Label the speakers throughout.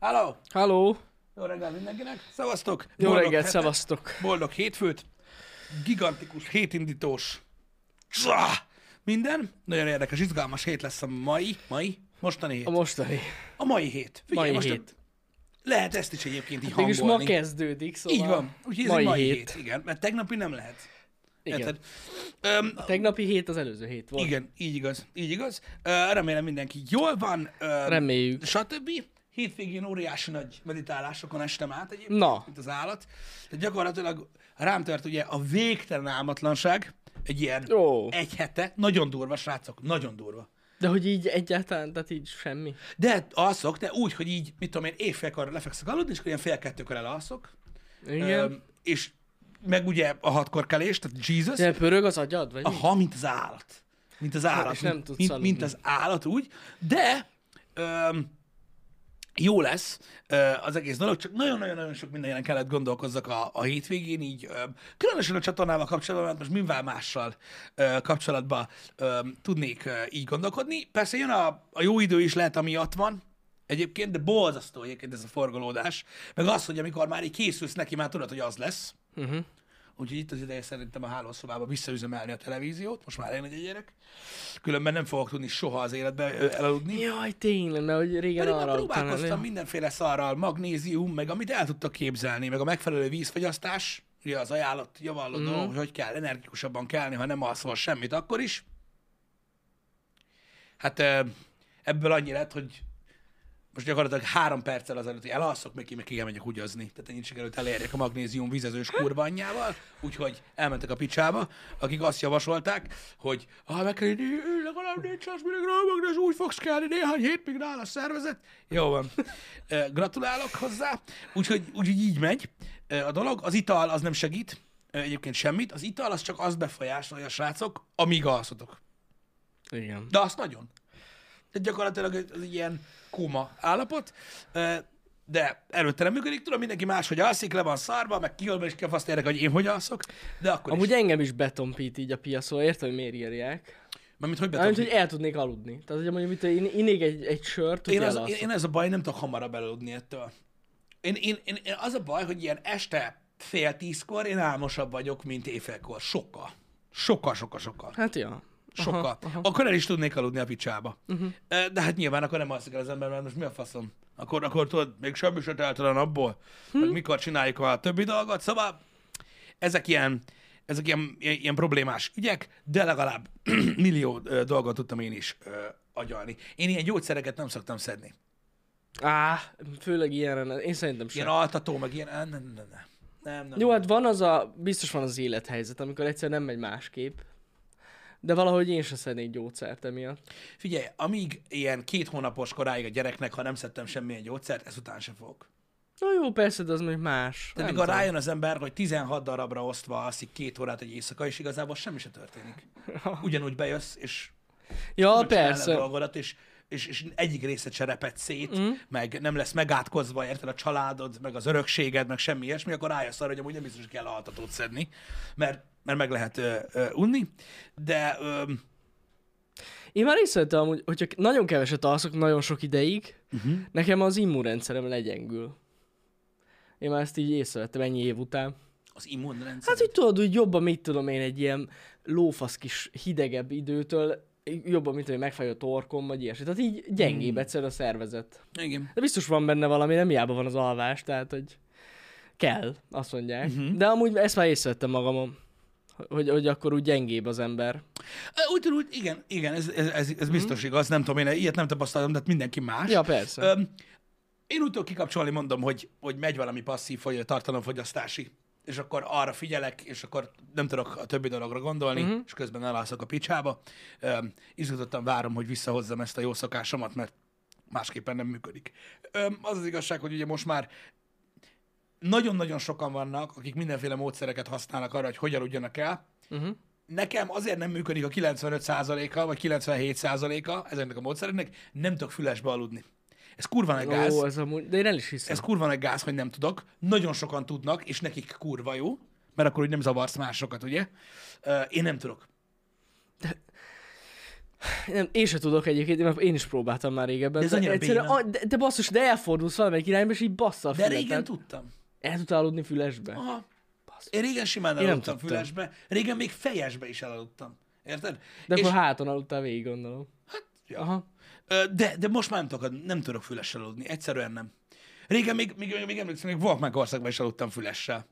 Speaker 1: Halló!
Speaker 2: Halló!
Speaker 1: Jó reggelt mindenkinek! Szevasztok!
Speaker 2: Jó
Speaker 1: Boldog
Speaker 2: reggelt,
Speaker 1: hetet,
Speaker 2: szevasztok!
Speaker 1: Boldog hétfőt! Gigantikus, hétindítós! Csá! Minden. Nagyon érdekes, izgalmas hét lesz a mai, mai, mostani hét.
Speaker 2: A mostani.
Speaker 1: A mai hét. Figyelj,
Speaker 2: Mai
Speaker 1: most
Speaker 2: hét.
Speaker 1: Lehet ezt is egyébként így
Speaker 2: Mégis ma
Speaker 1: hangolni.
Speaker 2: kezdődik, szóval...
Speaker 1: Így van. Úgyhogy ez mai, egy mai hét. hét. Igen, mert tegnapi nem lehet.
Speaker 2: Igen.
Speaker 1: Érted? Öm,
Speaker 2: A tegnapi hét az előző hét volt. Igen.
Speaker 1: igen, így igaz, így igaz. Ö, remélem mindenki jól van. Ö,
Speaker 2: Reméljük.
Speaker 1: stb. Hétvégén óriási nagy meditálásokon estem át egyébként,
Speaker 2: Na.
Speaker 1: mint az állat. Tehát gyakorlatilag rám tört ugye a végtelen álmatlanság, egy ilyen
Speaker 2: Ó.
Speaker 1: egy hete. Nagyon durva, srácok, nagyon durva.
Speaker 2: De hogy így egyáltalán, tehát így semmi.
Speaker 1: De alszok, de úgy, hogy így, mit tudom én, éjfélkor lefekszek aludni, és akkor ilyen fél kettőkor elalszok.
Speaker 2: Igen.
Speaker 1: Öm, és meg ugye a hatkor kelés, tehát Jesus.
Speaker 2: De pörög az agyad, vagy mi? Hát,
Speaker 1: Aha, mint az állat. Mint az állat.
Speaker 2: és nem
Speaker 1: mint,
Speaker 2: tudsz
Speaker 1: mint,
Speaker 2: aludni.
Speaker 1: mint az állat úgy, de öm, jó lesz ö, az egész dolog, csak nagyon-nagyon-nagyon sok mindenre kellett gondolkozzak a, a hétvégén, így öm, különösen a csatornával kapcsolatban, mert most mivel mással ö, kapcsolatban öm, tudnék ö, így gondolkodni. Persze jön a, a jó idő is lehet, ami ott van, egyébként, de borzasztó egyébként ez a forgolódás, meg az, hogy amikor már így készülsz neki, már tudod, hogy az lesz. Úgyhogy itt az ideje szerintem a hálószobába visszaüzemelni a televíziót, most már én egy gyerek. Különben nem fogok tudni soha az életbe ö, elaludni.
Speaker 2: Jaj, tényleg, mert hogy régen
Speaker 1: Pedig már
Speaker 2: arra aludtál,
Speaker 1: próbálkoztam
Speaker 2: nem?
Speaker 1: mindenféle szarral, magnézium, meg amit el tudtak képzelni, meg a megfelelő vízfogyasztás, ugye az ajánlott javalladó, mm. hogy hogy kell energikusabban kelni, ha nem alszol semmit, akkor is. Hát ö, ebből annyi lett, hogy most gyakorlatilag három perccel azelőtt, hogy elalszok, még ki, meg ki kell megyek hugyozni. Tehát ennyit sikerült elérjek a magnézium vizezős kurva anyjával, úgyhogy elmentek a picsába, akik azt javasolták, hogy ha meg kell inni, ő legalább négy száz milligramm magnéz, úgy fogsz kelni néhány hétig nál a szervezet. Jó van. Ö, Gratulálok hozzá. Úgyhogy, úgyhogy így megy ö, a dolog. Az ital az nem segít, ö, egyébként semmit. Az ital az csak azt befolyásolja, srácok, amíg alszotok.
Speaker 2: Igen.
Speaker 1: De azt nagyon. Tehát gyakorlatilag az egy ilyen kóma állapot, ö, de előtte nem működik, tudom, mindenki máshogy alszik, le van szarva, meg kiolva is kell azt érdekel, hogy én hogy alszok, de akkor Amúgy...
Speaker 2: Amúgy
Speaker 1: is.
Speaker 2: engem is betonpít így a piacon, értem, hogy miért írják.
Speaker 1: Mármint hogy
Speaker 2: Mármint,
Speaker 1: beton.
Speaker 2: hogy el tudnék aludni. Tehát, hogy mondjuk, hogy én innék egy, egy sört,
Speaker 1: Én,
Speaker 2: ugye
Speaker 1: az,
Speaker 2: elalszok.
Speaker 1: én, én ez a baj, nem tudok hamarabb elaludni ettől. Én, én, én, én, az a baj, hogy ilyen este fél tízkor én álmosabb vagyok, mint éjfélkor. Sokkal. Sokkal, sokkal, sokkal.
Speaker 2: Hát ja.
Speaker 1: Sokkal. Aha, aha. Akkor el is tudnék aludni a picsába. Uh-huh. De hát nyilván akkor nem alszik el az ember, mert most mi a faszom? Akkor, akkor tudod, még semmi se telt el a napból. Hm? Meg mikor csináljuk a többi dolgot. Szóval ezek ilyen, ezek ilyen, ilyen problémás ügyek, de legalább millió ö, dolgot tudtam én is ö, agyalni. Én ilyen gyógyszereket nem szoktam szedni.
Speaker 2: Á, főleg ilyenre, nem- én szerintem sem.
Speaker 1: Ilyen altató, meg ilyen... Nem, nem, nem. nem. Nem, nem.
Speaker 2: Jó, hát van az a, biztos van az élethelyzet, amikor egyszer nem megy másképp. De valahogy én se szednék gyógyszert emiatt.
Speaker 1: Figyelj, amíg ilyen két hónapos koráig a gyereknek, ha nem szedtem semmilyen gyógyszert, ezután se fogok.
Speaker 2: Na jó, persze, de az még más.
Speaker 1: Tehát
Speaker 2: Nem
Speaker 1: mikor
Speaker 2: tudom.
Speaker 1: rájön az ember, hogy 16 darabra osztva alszik két órát egy éjszaka, és igazából semmi se történik. Ugyanúgy bejössz, és
Speaker 2: Ja,
Speaker 1: csinálod a
Speaker 2: persze.
Speaker 1: dolgodat, és, és, és egyik része cserepet szét, mm. meg nem lesz megátkozva, érted, a családod, meg az örökséged, meg semmi ilyesmi, akkor rájössz arra, hogy amúgy nem biztos, hogy kell altatót szedni, mert, mert meg lehet ö, ö, unni, de ö,
Speaker 2: Én már észrevettem amúgy, hogyha nagyon keveset alszok nagyon sok ideig,
Speaker 1: Mhm.
Speaker 2: uh-huh. nekem az immunrendszerem legyengül. Én már ezt így észrevettem ennyi év után.
Speaker 1: az immunrendszer...
Speaker 2: Hát, hogy tudod, úgy jobban mit tudom én egy ilyen lófasz kis hidegebb időtől, jobban, mint hogy megfáj a torkom, vagy ilyesmi. Tehát így
Speaker 1: Hmm.
Speaker 2: gyengébb egyszer a szervezet.
Speaker 1: Igen.
Speaker 2: De biztos van benne valami, nem hiába van az alvás, tehát hogy kell, azt mondják.
Speaker 1: Mhm.
Speaker 2: Uh-huh. De amúgy ezt már észrevettem magamon, hogy, hogy akkor úgy gyengébb az ember.
Speaker 1: Ö, Úgy tudom, úgy- igen, igen, ez, ez, ez, ez biztos igaz, nem tudom, én ilyet nem tapasztaltam, de hát mindenki más.
Speaker 2: Mm. Ja, persze.
Speaker 1: Öm, én úgy tudok kikapcsolni, mondom, hogy, hogy megy valami passzív fogy- tartalomfogyasztási, és akkor arra figyelek, és akkor nem tudok a többi dologra gondolni, uh-huh. és közben elalszok a picsába. Öm, izgatottan várom, hogy visszahozzam ezt a jó szokásomat, mert másképpen nem működik. Öm, az az igazság, hogy ugye most már nagyon-nagyon sokan vannak, akik mindenféle módszereket használnak arra, hogy hogy aludjanak el.
Speaker 2: Uh-huh.
Speaker 1: Nekem azért nem működik a 95%-a, vagy 97%-a ezeknek a módszereknek, nem tudok fülesbe aludni. Ez kurva nagy gáz.
Speaker 2: Ó, ez amúgy, de én el is hiszem.
Speaker 1: Ez kurva nagy gáz, hogy nem tudok. Nagyon sokan tudnak, és nekik kurva jó, mert akkor úgy nem zavarsz másokat, ugye? Ö, Én nem tudok.
Speaker 2: nem, én se tudok egyébként, mert én is próbáltam már régebben.
Speaker 1: De ez
Speaker 2: de
Speaker 1: annyira
Speaker 2: egyszerűen,
Speaker 1: béna.
Speaker 2: a, de, de, basszus, de elfordulsz valamelyik irányba, és így bassza a
Speaker 1: De
Speaker 2: fületen.
Speaker 1: régen Ah, tudtam.
Speaker 2: El tudtál aludni fülesbe.
Speaker 1: Aha. Én régen simán
Speaker 2: nem
Speaker 1: elaludtam
Speaker 2: tudtam.
Speaker 1: fülesbe, régen még fejesbe is elaludtam. Érted?
Speaker 2: De
Speaker 1: És-
Speaker 2: akkor háton aludtál végig, gondolom. Hát,
Speaker 1: ja.
Speaker 2: Aha.
Speaker 1: Ö, De, de most már nem tudok, ad- nem tudok fülessel aludni. Egyszerűen nem. Régen még, még, még emlékszem, még Walkman-korszakban is aludtam fülessel.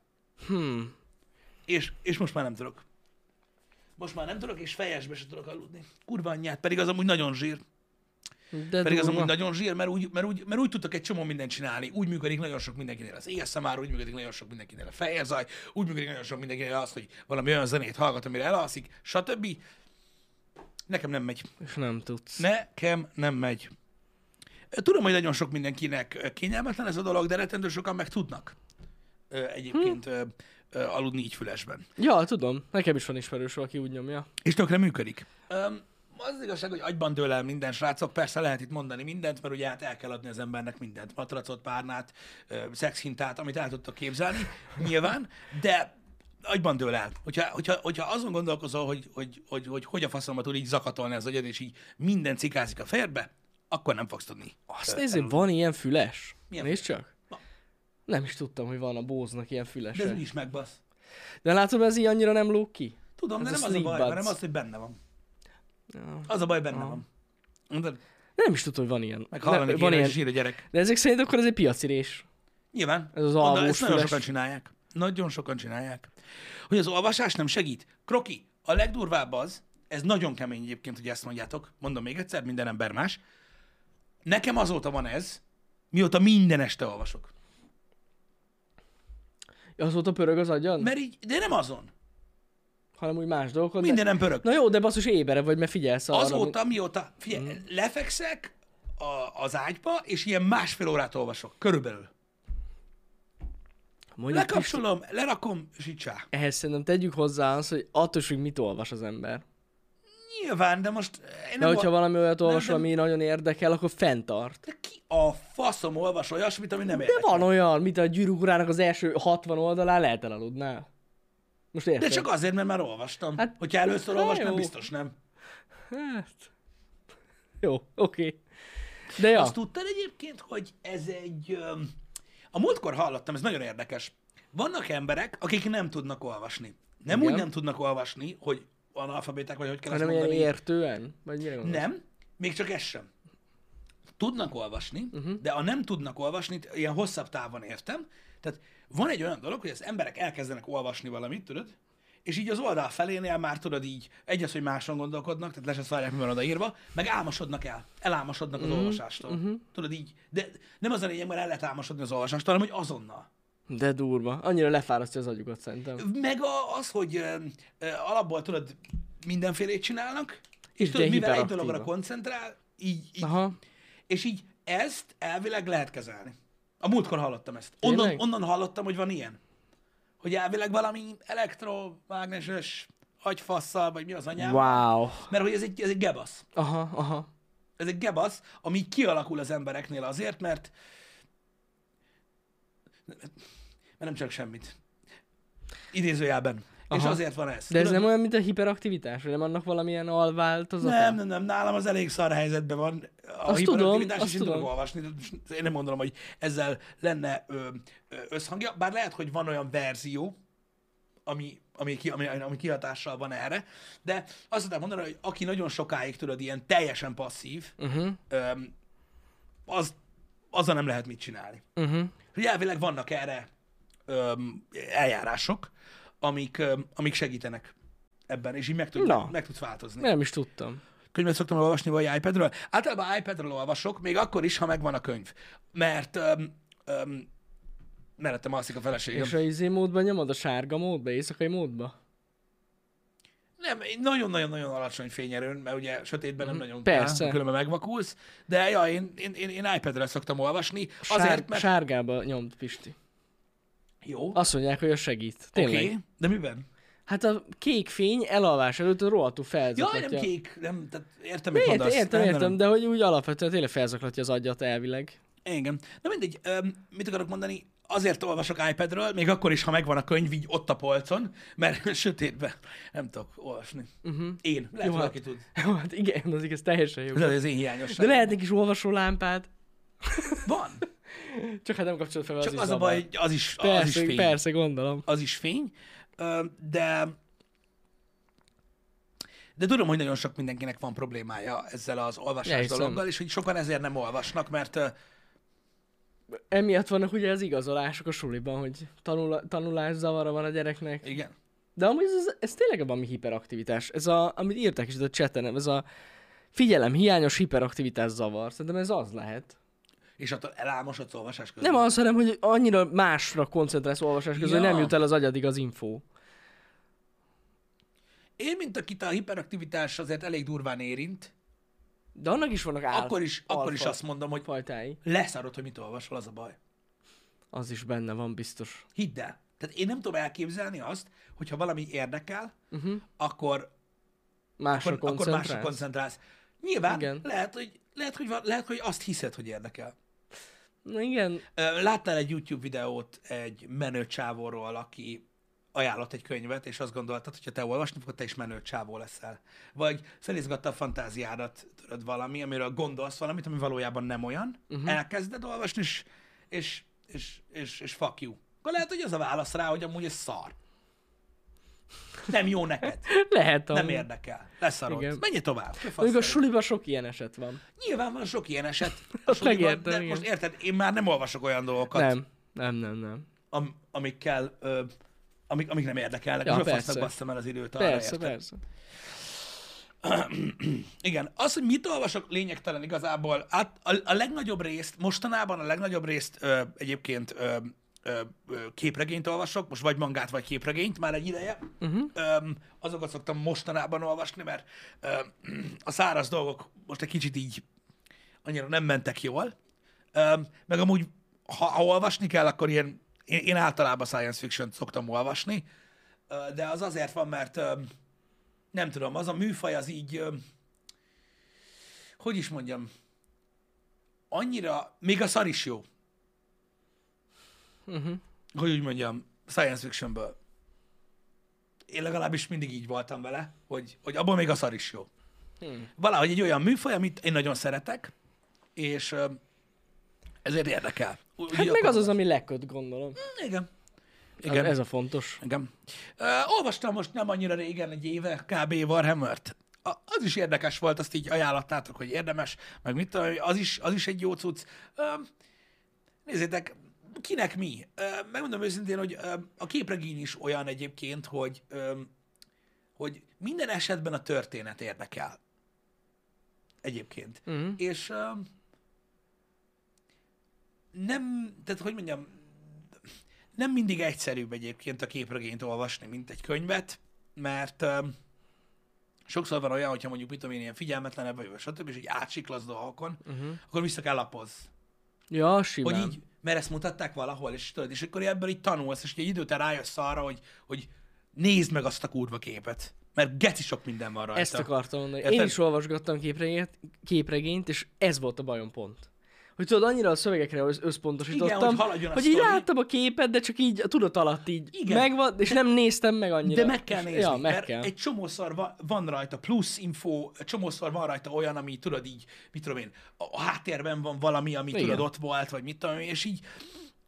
Speaker 2: Hmm.
Speaker 1: És, és most már nem tudok. Most már nem tudok, és fejesbe se tudok aludni. Kurva anyját, pedig az amúgy nagyon zsír.
Speaker 2: De
Speaker 1: Pedig az
Speaker 2: durva.
Speaker 1: amúgy nagyon zsír, mert úgy, mert, úgy, mert úgy tudtak egy csomó mindent csinálni. Úgy működik nagyon sok mindenkinél az ASMR, úgy működik nagyon sok mindenkinél a fejelzaj, úgy működik nagyon sok mindenkinél az, hogy valami olyan zenét hallgat, amire elalszik, stb. Nekem nem megy.
Speaker 2: És nem tudsz.
Speaker 1: Nekem nem megy. Tudom, hogy nagyon sok mindenkinek kényelmetlen ez a dolog, de rettentő sokan meg tudnak ö, egyébként ö, ö, aludni így fülesben.
Speaker 2: Ja, tudom. Nekem is van ismerős, aki úgy nyomja.
Speaker 1: És tökre működik. Um, az az igazság, hogy agyban dől el minden, srácok. Persze lehet itt mondani mindent, mert ugye hát el kell adni az embernek mindent. Matracot, párnát, ö, szexhintát, amit el tudtok képzelni, nyilván, de agyban dől el. Hogyha, hogyha, hogyha azon gondolkozol, hogy hogy, hogy, hogy, hogy a faszomat tud így zakatolni az agyad, és így minden cikázik a férbe, akkor nem fogsz tudni.
Speaker 2: Azt nézzük, van ilyen füles.
Speaker 1: Milyen
Speaker 2: Nézd csak.
Speaker 1: Van.
Speaker 2: Nem is tudtam, hogy van a bóznak ilyen
Speaker 1: De ez
Speaker 2: fülese.
Speaker 1: úgy is megbasz.
Speaker 2: De látod, ez így annyira nem lók ki?
Speaker 1: Tudom, de
Speaker 2: Ez
Speaker 1: nem
Speaker 2: a
Speaker 1: az a
Speaker 2: sleep
Speaker 1: baj,
Speaker 2: buds.
Speaker 1: hanem az, hogy benne van.
Speaker 2: Ja.
Speaker 1: Az a baj, benne van. Tudod?
Speaker 2: De nem is tudtam, hogy van ilyen.
Speaker 1: Meg
Speaker 2: Ne-
Speaker 1: hallani
Speaker 2: van ilyen.
Speaker 1: sír a gyerek.
Speaker 2: De ezek szerint akkor ez egy piacirés.
Speaker 1: Nyilván.
Speaker 2: Ez az
Speaker 1: Mondom,
Speaker 2: alvós
Speaker 1: Ezt nagyon
Speaker 2: füles.
Speaker 1: sokan csinálják. Nagyon sokan csinálják. Hogy az olvasás nem segít. Kroki, a legdurvább az, ez nagyon kemény egyébként, hogy ezt mondjátok, mondom még egyszer, minden ember más. Nekem azóta van ez, mióta minden este olvasok.
Speaker 2: Azóta pörög az agyad?
Speaker 1: Mert így, de nem azon.
Speaker 2: Hanem úgy más dolgokon. de-
Speaker 1: Mindenem pörög.
Speaker 2: Na jó, de basszus ébere vagy, mert figyelsz arra. Mm. mint-
Speaker 1: Azóta, mióta, figyelj, lefekszek a, az ágyba, és ilyen másfél órát olvasok, körülbelül.
Speaker 2: Mondjuk, Pisti,
Speaker 1: Lekapcsolom, lerakom, és így csá.
Speaker 2: ehhez szerintem tegyük hozzá azt, hogy attól is, hogy mit olvas az ember.
Speaker 1: Nyilván, de most... eh, Én
Speaker 2: De
Speaker 1: nem
Speaker 2: hogyha
Speaker 1: ol-
Speaker 2: valami olyat olvas,
Speaker 1: nem.
Speaker 2: ami nagyon érdekel, akkor fenntart.
Speaker 1: de ki a faszom olvas olyasmit, ami nem
Speaker 2: De
Speaker 1: érdekel?
Speaker 2: van olyan, mint a gyűrűk urának az első 60 oldalán lehet elaludnál. Most érted?
Speaker 1: De csak azért, mert már olvastam. Hát,
Speaker 2: Hát,
Speaker 1: Hogyha először
Speaker 2: na
Speaker 1: olvasnám,
Speaker 2: jó.
Speaker 1: biztos nem.
Speaker 2: Hát... Jó, oké. De ja,
Speaker 1: Azt tudtad egyébként, hogy ez egy... öm, A múltkor hallottam, ez nagyon érdekes. Vannak emberek, akik nem tudnak olvasni. Nem
Speaker 2: Igen.
Speaker 1: úgy nem tudnak olvasni, hogy analfabéták, vagy hogy kell ezt
Speaker 2: hanem ilyen
Speaker 1: mondani.
Speaker 2: értően? Vagy mire gondolsz?
Speaker 1: Nem, még csak ez sem. Tudnak olvasni, uh-huh. de a nem tudnak olvasni, ilyen hosszabb távon értem. Tehát van egy olyan dolog, hogy az emberek elkezdenek olvasni valamit, tudod, és így az oldal felénél már tudod így, egy az, hogy máson gondolkodnak, tehát le se szarják, mi van odaírva, meg álmosodnak el, elámosodnak az olvasástól. Tudod így, de nem az a lényeg, mert el lehet álmosodni az olvasástól, hanem hogy azonnal.
Speaker 2: De durva. Annyira lefárasztja az agyukat szerintem.
Speaker 1: Meg a, az, hogy ö, ö, alapból tudod, mindenfélét csinálnak, és, és
Speaker 2: És
Speaker 1: tudod,
Speaker 2: de
Speaker 1: mivel egy
Speaker 2: hiperaktívak.
Speaker 1: dologra koncentrál, így, így
Speaker 2: Aha.
Speaker 1: és így ezt elvileg lehet kezelni. A múltkor hallottam ezt.
Speaker 2: Tényleg?
Speaker 1: Onnan, onnan hallottam, hogy van ilyen. Hogy elvileg valami elektromágneses agyfasszal, vagy mi az anyám.
Speaker 2: Wow.
Speaker 1: Mert hogy ez egy, ez egy gebasz.
Speaker 2: Aha, aha.
Speaker 1: Ez egy gebasz, ami kialakul az embereknél azért, mert mert nem csak semmit. Idézőjelben. Aha. És
Speaker 2: Aha.
Speaker 1: azért van ez.
Speaker 2: De ez
Speaker 1: Tudod,
Speaker 2: nem olyan, mint a hiperaktivitás, vagy nem annak valamilyen alváltozata?
Speaker 1: Nem, nem, nem, nálam az elég szar helyzetben van. A
Speaker 2: Azt tudom,
Speaker 1: hiperaktivitás is
Speaker 2: azt
Speaker 1: én tudok
Speaker 2: tudom.
Speaker 1: olvasni. de most Én nem gondolom, hogy ezzel lenne ö, ö, összhangja. Bár lehet, hogy van olyan verzió, ami, ami, ki, ami, ami kihatással van erre, de azt tudom mondani, hogy aki nagyon sokáig tudod, ilyen teljesen passzív,
Speaker 2: Uh-huh.
Speaker 1: ö, az, azzal nem lehet mit csinálni.
Speaker 2: Uh-huh.
Speaker 1: Hogy elvileg vannak erre ö, eljárások, amik, ö, amik segítenek ebben, és így meg, tud,
Speaker 2: Na.
Speaker 1: meg tudsz változni
Speaker 2: Nem is tudtam.
Speaker 1: könyvet szoktam olvasni, vagy iPadről. Általában iPadről olvasok, még akkor is, ha megvan a könyv. Mert öm, öm, mellettem alszik a feleségem.
Speaker 2: És a izé módban nyomod a sárga módba, éjszakai módba?
Speaker 1: Nem, én nagyon-nagyon-nagyon alacsony fényerőn, mert ugye sötétben nem nagyon
Speaker 2: Mhm. Persze.
Speaker 1: kell, különben megvakulsz, de ja, én, én, én, én iPad-re szoktam olvasni,
Speaker 2: Sár...
Speaker 1: azért, mert...
Speaker 2: Sárgába nyomd, Pisti.
Speaker 1: Jó,
Speaker 2: Azt mondják, hogy az segít.
Speaker 1: oké,
Speaker 2: Tényleg.
Speaker 1: okay, de miben?
Speaker 2: Hát a kék fény elalvás előtt a rohadtul
Speaker 1: Jaj,
Speaker 2: felzaklatja.
Speaker 1: nem kék, nem, tehát értem,
Speaker 2: De
Speaker 1: mit
Speaker 2: Értem,
Speaker 1: mondasz.
Speaker 2: értem,
Speaker 1: Nem, nem,
Speaker 2: értem, de hogy úgy alapvetően tényleg felzaklatja az agyat elvileg.
Speaker 1: Igen. Na mindegy, öm, mit akarok mondani? azért olvasok iPadről, még akkor is, ha megvan a könyv így ott a polcon, mert sötétben nem tudok olvasni. Uh-huh. Én. Lehet,
Speaker 2: Jó,
Speaker 1: hogy
Speaker 2: hát.
Speaker 1: valaki tud.
Speaker 2: Jó, hát igen, az igaz, teljesen jó.
Speaker 1: Ez az én
Speaker 2: De
Speaker 1: hiányosság.
Speaker 2: lehetnek is olvasó lámpád,
Speaker 1: Van.
Speaker 2: csak hát nem kapcsolod fel,
Speaker 1: Csak
Speaker 2: is
Speaker 1: az, az a
Speaker 2: zavar.
Speaker 1: baj, hogy az is, az is
Speaker 2: Persze,
Speaker 1: fény.
Speaker 2: persze, gondolom.
Speaker 1: az is fény, ö, de de tudom, hogy nagyon sok mindenkinek van problémája ezzel az
Speaker 2: Ja,
Speaker 1: olvasás
Speaker 2: hiszem.
Speaker 1: dologgal, és hogy sokan ezért nem olvasnak, mert ö,
Speaker 2: Emiatt vannak ugye az igazolások a suliban, hogy tanul, tanulás zavara van a gyereknek.
Speaker 1: igen,
Speaker 2: De amúgy ez, ez, ez tényleg a valami hiperaktivitás. Ez a, amit írták is itt a chaten, ez a figyelem, hiányos hiperaktivitás zavar. Szerintem ez az lehet.
Speaker 1: és attól elálmosodsz olvasás közben.
Speaker 2: Nem az, hanem hogy annyira másra koncentrálsz olvasás közben, ja. hogy nem
Speaker 1: Ja.
Speaker 2: jut el az agyadig az info.
Speaker 1: Én, mint akit a hiperaktivitás azért elég durván érint,
Speaker 2: De annak is vannak áll,
Speaker 1: akkor is, akkor is
Speaker 2: alfa
Speaker 1: azt mondom, hogy
Speaker 2: fajtái.
Speaker 1: leszarod, hogy mit olvasol, az a baj.
Speaker 2: Az is benne van biztos.
Speaker 1: Hidd el. Tehát én nem tudom elképzelni azt, hogyha valami érdekel, uh-huh. akkor,
Speaker 2: Mhm. Másra
Speaker 1: akkor, akkor másra
Speaker 2: koncentrálsz.
Speaker 1: koncentrálsz. Nyilván
Speaker 2: Igen.
Speaker 1: lehet, hogy lehet, hogy van, lehet, hogy azt hiszed, hogy érdekel.
Speaker 2: Na igen,
Speaker 1: Ö, Láttál egy YouTube videót egy menő csávóról, aki ajánlott egy könyvet, és azt gondoltad, hogy ha te olvasni fogod, te is menő csávó leszel. Vagy szelizgatta a fantáziádat, tudod, valami, amiről gondolsz valamit, ami valójában nem olyan,
Speaker 2: Mhm.
Speaker 1: uh-huh. elkezded olvasni, és, és, és, és, és fuck you. Akkor lehet, hogy az a válasz rá, hogy amúgy ez szar. Nem jó neked.
Speaker 2: lehet.
Speaker 1: Nem
Speaker 2: amúgy.
Speaker 1: érdekel. Leszarod.
Speaker 2: Igen.
Speaker 1: Menj tovább.
Speaker 2: Mondjuk a
Speaker 1: Kifasz.
Speaker 2: suliban sok ilyen eset van.
Speaker 1: Nyilván van sok ilyen eset. a
Speaker 2: Azt
Speaker 1: suliban,
Speaker 2: megértem,
Speaker 1: de
Speaker 2: igen.
Speaker 1: most érted, én már nem olvasok olyan dolgokat,
Speaker 2: Nem, nem, nem, nem.
Speaker 1: am, amikkel, ö, amik, amik nem érdekelnek,
Speaker 2: Ja,
Speaker 1: ja, és a
Speaker 2: persze.
Speaker 1: fasznak basszam el az időt arra,
Speaker 2: Persze,
Speaker 1: érted?
Speaker 2: persze.
Speaker 1: Igen, az, hogy mit olvasok, lényegtelen igazából. Át, a, a legnagyobb részt, mostanában a legnagyobb részt ö, egyébként ö, ö, ö, képregényt olvasok, most vagy mangát, vagy képregényt, már egy ideje.
Speaker 2: Mhm.
Speaker 1: Uh-huh. Ö, azokat szoktam mostanában olvasni, mert ö, a száraz dolgok most egy kicsit így annyira nem mentek jól. Ö, meg amúgy, ha, ha olvasni kell, akkor ilyen, én, én általában science fiction szoktam olvasni, ö, de az azért van, mert ö, nem tudom, az a műfaj az így, ö, hogy is mondjam, annyira, még a szar is jó. Uh-huh.
Speaker 2: Mhm.
Speaker 1: Hogy úgy mondjam, science fictionből. Én legalábbis mindig így voltam vele, hogy, hogy abból még a szar is jó. Hmm. Valahogy egy olyan műfaj, amit én nagyon szeretek, és ö, ezért érdekel. Úgy,
Speaker 2: Hát
Speaker 1: úgy
Speaker 2: meg
Speaker 1: akkor-
Speaker 2: az az, ami leköt, gondolom.
Speaker 1: Igen.
Speaker 2: Igen.
Speaker 1: Igen.
Speaker 2: Ez a fontos.
Speaker 1: Igen. Ö, olvastam most nem annyira régen, egy éve kb. Warhammer-t. A, az is érdekes volt, azt így ajánlottátok, hogy érdemes, meg mit tudom, én, az is, az is egy jó cucc. Ö, nézzétek, kinek mi? Ö, megmondom őszintén, hogy ö, a képregény is olyan egyébként, hogy, ö, hogy minden esetben a történet érdekel. Egyébként. Uh-huh. És ö, nem, tehát hogy mondjam, nem mindig egyszerűbb egyébként a képregényt olvasni, mint egy könyvet, mert öm, sokszor van olyan, hogyha mondjuk, mit tudom én, ilyen figyelmetlenebb vagyok, stb., és így átsiklasz dolgokon,
Speaker 2: Mhm.
Speaker 1: uh-huh. akkor vissza kell lapoz.
Speaker 2: Ja,
Speaker 1: Hogy
Speaker 2: simán.
Speaker 1: így, mert ezt mutatták valahol, és tudod, és akkor ebből így tanulsz, és egy idő után rájössz arra, hogy, hogy nézd meg azt a kurva képet. Mert geci sok minden van rajta.
Speaker 2: Ezt akartam mondani. Én
Speaker 1: Érted?
Speaker 2: is olvasgattam képregényt, képregényt, és ez volt a bajom pont. Hogy tudod, annyira a szövegekre össz- összpontosítottam,
Speaker 1: Igen, hogy haladjon a
Speaker 2: hogy így
Speaker 1: sztori.
Speaker 2: láttam a képet, de csak így a tudat alatt így
Speaker 1: Igen.
Speaker 2: megvan, és nem néztem meg annyira.
Speaker 1: De meg kell
Speaker 2: És-
Speaker 1: nézni,
Speaker 2: Ja, meg
Speaker 1: mert
Speaker 2: kell.
Speaker 1: egy csomószor va- van rajta plusz info, csomószor van rajta olyan, ami tudod így, mit tudom én, a, a háttérben van valami, ami
Speaker 2: Igen.
Speaker 1: tudod ott volt, vagy mit tudom én, és így,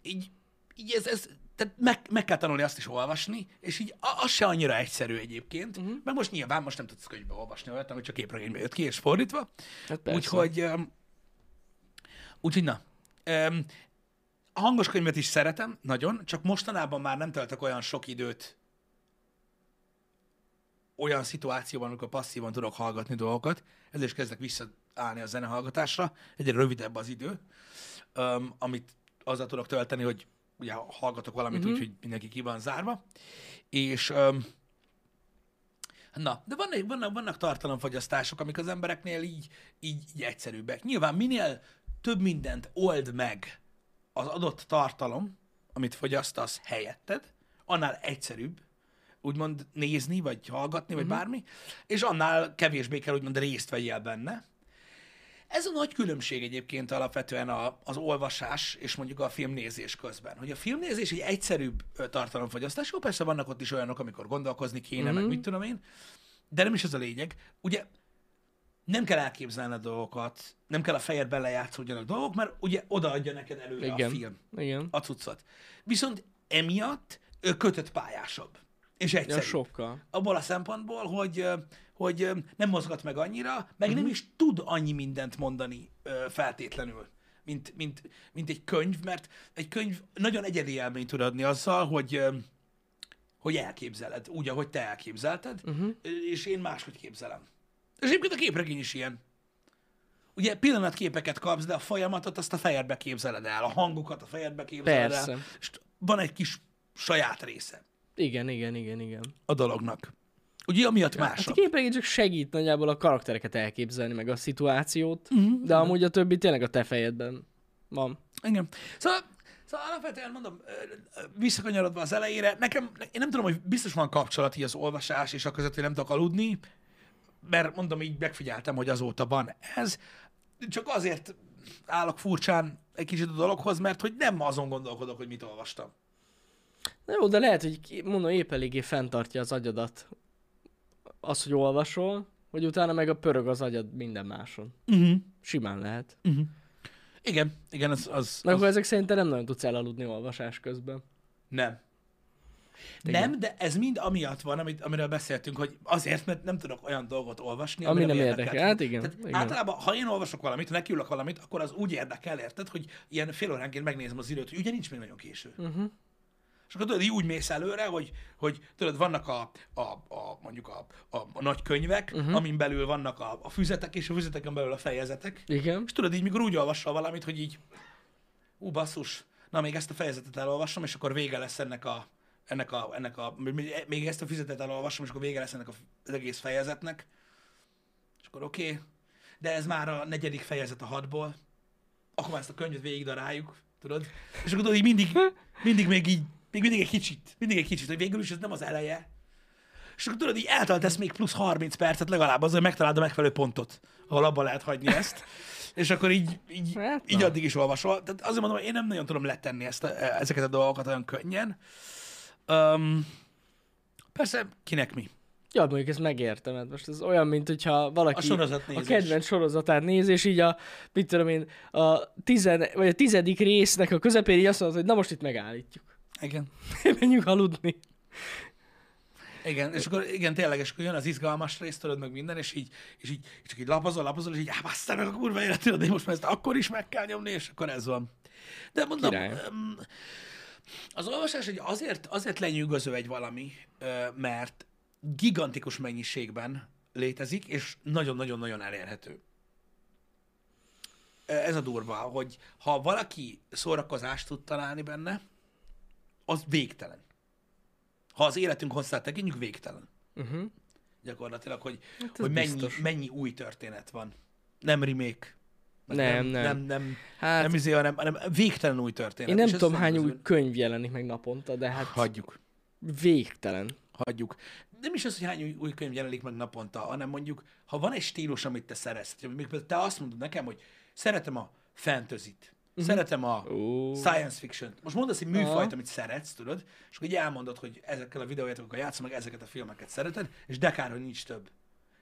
Speaker 1: így, így ez, ez tehát meg, meg kell tanulni azt is olvasni, és így a- az se annyira egyszerű egyébként,
Speaker 2: Mhm.
Speaker 1: uh-huh. mert most nyilván most nem tudsz könyvbe olvasni olyat, ami csak képregénybe jött ki, és fordítva.
Speaker 2: Hát persze.
Speaker 1: Úgyhogy, öm, úgyhogy na. Öm, A hangos könyvet is szeretem, nagyon, csak mostanában már nem töltök olyan sok időt olyan szituációban, amikor passzívan tudok hallgatni dolgokat, ezért is kezdek visszaállni a zenehallgatásra, egyre rövidebb az idő, öm, amit azzal tudok tölteni, hogy ugye hallgatok valamit, mm-hmm. úgyhogy mindenki ki van zárva, és öm, Na, de vannak, vannak, vannak tartalomfogyasztások, amik az embereknél így, így, így egyszerűbbek. Nyilván minél több mindent old meg az adott tartalom, amit fogyasztasz helyetted, annál egyszerűbb úgymond nézni, vagy hallgatni, vagy bármi, és annál kevésbé kell úgymond részt vegyél benne. Ez a nagy különbség egyébként alapvetően a, az olvasás és mondjuk a filmnézés közben. Hogy a filmnézés egy egyszerűbb ö, tartalomfogyasztás, jó, persze vannak ott is olyanok, amikor gondolkozni kéne, mm. meg mit tudom én, de nem is ez a lényeg. Ugye nem kell elképzelni a dolgokat, nem kell a fejedben lejátszódjanak dolgok, mert ugye odaadja neked előre Igen. a
Speaker 2: Igen.
Speaker 1: film
Speaker 2: Igen.
Speaker 1: a cuccot. Viszont emiatt ö, kötött pályásabb. És egyszerűbb.
Speaker 2: Ja, sokkal.
Speaker 1: abból a szempontból, hogy ö, hogy ö, nem mozgat meg annyira, meg uh-huh. nem is tud annyi mindent mondani ö, feltétlenül, mint, mint, mint egy könyv, mert egy könyv nagyon egyedi élményt tud adni azzal, hogy ö, hogy elképzeled, úgy, ahogy te elképzelted, uh-huh. és én máshogy képzelem. És egyébként a képregény is ilyen. Ugye pillanatképeket kapsz, de a folyamatot azt a fejedbe képzeled el, a hangokat a fejedbe képzeled el,
Speaker 2: Persze.
Speaker 1: és van egy kis saját része
Speaker 2: Igen, igen, igen, igen.
Speaker 1: a dolognak. Ugye, amiatt
Speaker 2: Hát a
Speaker 1: másabb.
Speaker 2: képregény csak segít nagyjából a karaktereket elképzelni, meg a szituációt,
Speaker 1: Mhm,
Speaker 2: de amúgy a többi tényleg a te fejedben van.
Speaker 1: Igen. Szóval, szóval alapvetően mondom, ö, ö, visszakanyarodva az elejére, nekem, én nem tudom, hogy biztos van kapcsolat így az olvasás és a között, hogy nem tudok aludni, mert mondom, így megfigyeltem, hogy azóta van ez. Csak azért állok furcsán egy kicsit a dologhoz, mert hogy nem azon gondolkodok, hogy mit olvastam.
Speaker 2: Na jó, de lehet, hogy ki- mondom, épp eléggé fenntartja az agyadat az, hogy olvasol, hogy utána meg a pörög az agyad minden máson.
Speaker 1: Uh-huh.
Speaker 2: Simán lehet.
Speaker 1: Mhm. Igen, igen, az, az,
Speaker 2: Na
Speaker 1: az
Speaker 2: akkor ezek szerint te nem nagyon tudsz elaludni olvasás közben.
Speaker 1: nem.
Speaker 2: Igen.
Speaker 1: Nem, de ez mind amiatt van, amit, amiről beszéltünk, hogy azért, mert nem tudok olyan dolgot olvasni,
Speaker 2: Ami
Speaker 1: ami
Speaker 2: nem érdekel. Hát igen,
Speaker 1: Tehát
Speaker 2: igen.
Speaker 1: általában, ha én olvasok valamit, ha nekiülök valamit, akkor az úgy érdekel, érted, hogy ilyen fél óránként megnézem az időt, hogy ugye nincs még nagyon késő.
Speaker 2: Mhm.
Speaker 1: Uh-huh. És akkor tudod, így úgy mész előre, hogy, hogy tudod, vannak a, a, a mondjuk a, a, a nagy könyvek,
Speaker 2: Mhm.
Speaker 1: uh-huh. amin belül vannak a, a füzetek, és a füzeteken belül a fejezetek.
Speaker 2: Igen.
Speaker 1: És tudod, így mikor úgy olvassal valamit, hogy így, ú, basszus, na még ezt a fejezetet elolvasom, és akkor vége lesz ennek a, ennek a, ennek a még ezt a füzetet elolvasom, és akkor vége lesz ennek a, az egész fejezetnek. És akkor oké, okay. de ez már a negyedik fejezet a hatból. Akkor már ezt a könyvet végig daráljuk, tudod? És akkor tudod, így mindig, mindig még így, még mindig egy kicsit, mindig egy kicsit, hogy végül is ez nem az eleje, és akkor tudod, így eltöltesz még plusz 30 percet legalább az, hogy megtaláld a megfelelő pontot, ahol abba lehet hagyni ezt. És akkor így, így,
Speaker 2: Hát
Speaker 1: így
Speaker 2: na.
Speaker 1: addig is olvasol. Tehát azért mondom, hogy én nem nagyon tudom letenni ezt a, e, ezeket a dolgokat olyan könnyen. Um, persze, kinek mi.
Speaker 2: Ja, mondjuk ezt megértem, mert most ez olyan, mint hogyha valaki
Speaker 1: A sorozat
Speaker 2: a
Speaker 1: nézés.
Speaker 2: kedvenc sorozatát néz, és így a, mit tudom én, a, tizen, vagy a tizedik résznek a közepén így azt mondod, hogy na most itt megállítjuk.
Speaker 1: Igen.
Speaker 2: Menjünk aludni.
Speaker 1: Igen, és akkor igen, tényleg, és akkor jön az izgalmas rész, tudod, meg minden, és így, és így csak így lapozol, lapozol, és így ábasztál meg a kurva élet, tudod, én most már ezt akkor is meg kell nyomni, és akkor ez van. De mondom,
Speaker 2: Király.
Speaker 1: öm, az olvasás egy azért, azért lenyűgöző egy valami, ö, mert gigantikus mennyiségben létezik, és nagyon-nagyon-nagyon elérhető. Ö, Ez a durva, hogy ha valaki szórakozást tud találni benne, az végtelen. Ha az életünk hosszát tekintjük, végtelen.
Speaker 2: Uh-huh.
Speaker 1: Gyakorlatilag, hogy, hát
Speaker 2: ez
Speaker 1: hogy mennyi,
Speaker 2: biztos.
Speaker 1: mennyi új történet van. Nem remake. meg
Speaker 2: Nem, nem.
Speaker 1: nem, nem,
Speaker 2: Hát-
Speaker 1: hát, nem izé, hanem, hanem végtelen új történet.
Speaker 2: Én nem
Speaker 1: Hát, És ez
Speaker 2: tudom, hány új
Speaker 1: lenyűgöző.
Speaker 2: könyv jelenik meg naponta, de hát
Speaker 1: Hagyjuk.
Speaker 2: végtelen.
Speaker 1: hagyjuk. Nem is az, hogy hány új, új könyv jelenik meg naponta, hanem mondjuk, ha van egy stílus, amit te szeretsz, hogy mondjuk például te azt mondod nekem, hogy szeretem a fantasy uh-huh. szeretem a
Speaker 2: Mhm. Ó.
Speaker 1: uh. science fiction Most mondasz egy műfajt,
Speaker 2: Aha.
Speaker 1: amit szeretsz, tudod, és akkor így elmondod, hogy ezekkel a videójátokkal játszom, meg ezeket a filmeket szereted, és de kár, hogy nincs több.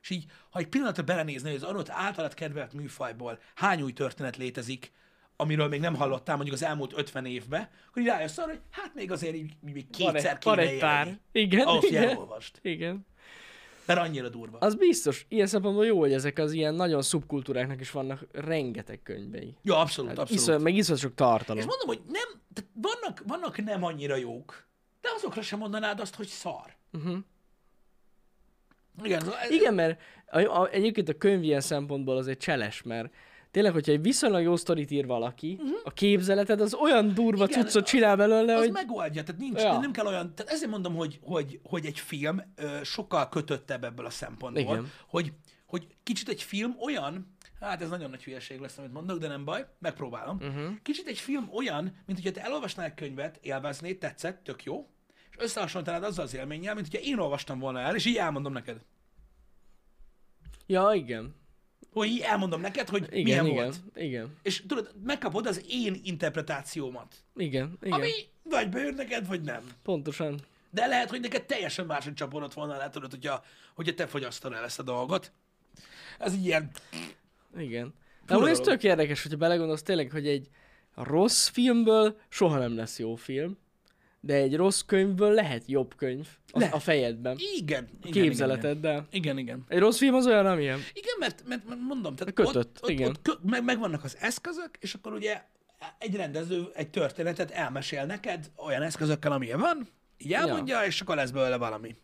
Speaker 1: És így, ha egy pillanatra belenéznél, hogy az adott általad kedvelt műfajból hány új történet létezik, amiről még nem hallottál mondjuk az elmúlt 50 évben, akkor így rájössz arra, hogy hát még azért így, még
Speaker 2: Van egy-
Speaker 1: kétszer
Speaker 2: van
Speaker 1: kéne
Speaker 2: egy pár.
Speaker 1: élni.
Speaker 2: Igen,
Speaker 1: Ahhoz, hogy
Speaker 2: igen.
Speaker 1: elolvast.
Speaker 2: Igen.
Speaker 1: Mert annyira durva.
Speaker 2: Az biztos. Ilyen szempontból jó, hogy ezek az ilyen nagyon szubkultúráknak is vannak rengeteg könyvei.
Speaker 1: Ja, abszolút, abszolút.
Speaker 2: Iszony, meg iszonyat sok tartalom.
Speaker 1: És mondom, hogy nem, tehát vannak, vannak nem annyira jók, de azokra sem mondanád azt, hogy szar. Uh-huh.
Speaker 2: Mhm.
Speaker 1: Igen, ez-
Speaker 2: Igen, mert a, a, egyébként a könyv ilyen szempontból azért cseles, mert tényleg, hogyha egy viszonylag jó sztorit ír valaki, uh-huh. a képzeleted az olyan durva
Speaker 1: Mhm. Igen,
Speaker 2: Igen, cuccot csinál belőle,
Speaker 1: az
Speaker 2: hogy...
Speaker 1: megoldja, tehát nincs,
Speaker 2: Ja.
Speaker 1: ja. nem kell olyan, tehát ezért mondom, hogy, hogy, hogy egy film ö, sokkal kötöttebb ebből a szempontból,
Speaker 2: Igen.
Speaker 1: hogy, hogy kicsit egy film olyan, hát ez nagyon nagy hülyeség lesz, amit mondok, de nem baj, megpróbálom.
Speaker 2: Mhm.
Speaker 1: Uh-huh. Kicsit egy film olyan, mint hogyha te elolvasnál egy könyvet, élveznéd, tetszett, tök jó, és összehasonlítanád azzal az élménnyel, mint hogyha én olvastam volna el, és így elmondom neked.
Speaker 2: Ja, igen.
Speaker 1: Hú, hogy így elmondom neked, hogy igen,
Speaker 2: Igen,
Speaker 1: milyen
Speaker 2: igen,
Speaker 1: volt.
Speaker 2: igen,
Speaker 1: És tudod, megkapod az én interpretációmat.
Speaker 2: igen, igen,
Speaker 1: Igen. Ami vagy bejön neked, vagy nem.
Speaker 2: pontosan.
Speaker 1: De lehet, hogy neked teljesen máshogy csapódott volna le, tudod, hogyha, hogyha te fogyasztanál ezt a dolgot. Ez így ilyen...
Speaker 2: Igen. De
Speaker 1: Fura
Speaker 2: amúgy ez
Speaker 1: dolog.
Speaker 2: tök érdekes, hogyha belegondolsz tényleg, hogy egy rossz filmből soha nem lesz jó film, de egy rossz könyvből lehet jobb könyv a,
Speaker 1: Lehet.
Speaker 2: a fejedben,
Speaker 1: Igen. igen Igen,
Speaker 2: képzeleteddel.
Speaker 1: igen. igen, igen.
Speaker 2: Egy rossz film az olyan, amilyen.
Speaker 1: Igen, mert, mert mert mondom, tehát
Speaker 2: Kötött,
Speaker 1: ott, ott,
Speaker 2: igen.
Speaker 1: ott kö, meg, megvannak az eszközök, és akkor ugye egy rendező egy történetet elmesél neked olyan eszközökkel, amilyen van, így elmondja, ja. és akkor lesz belőle valami.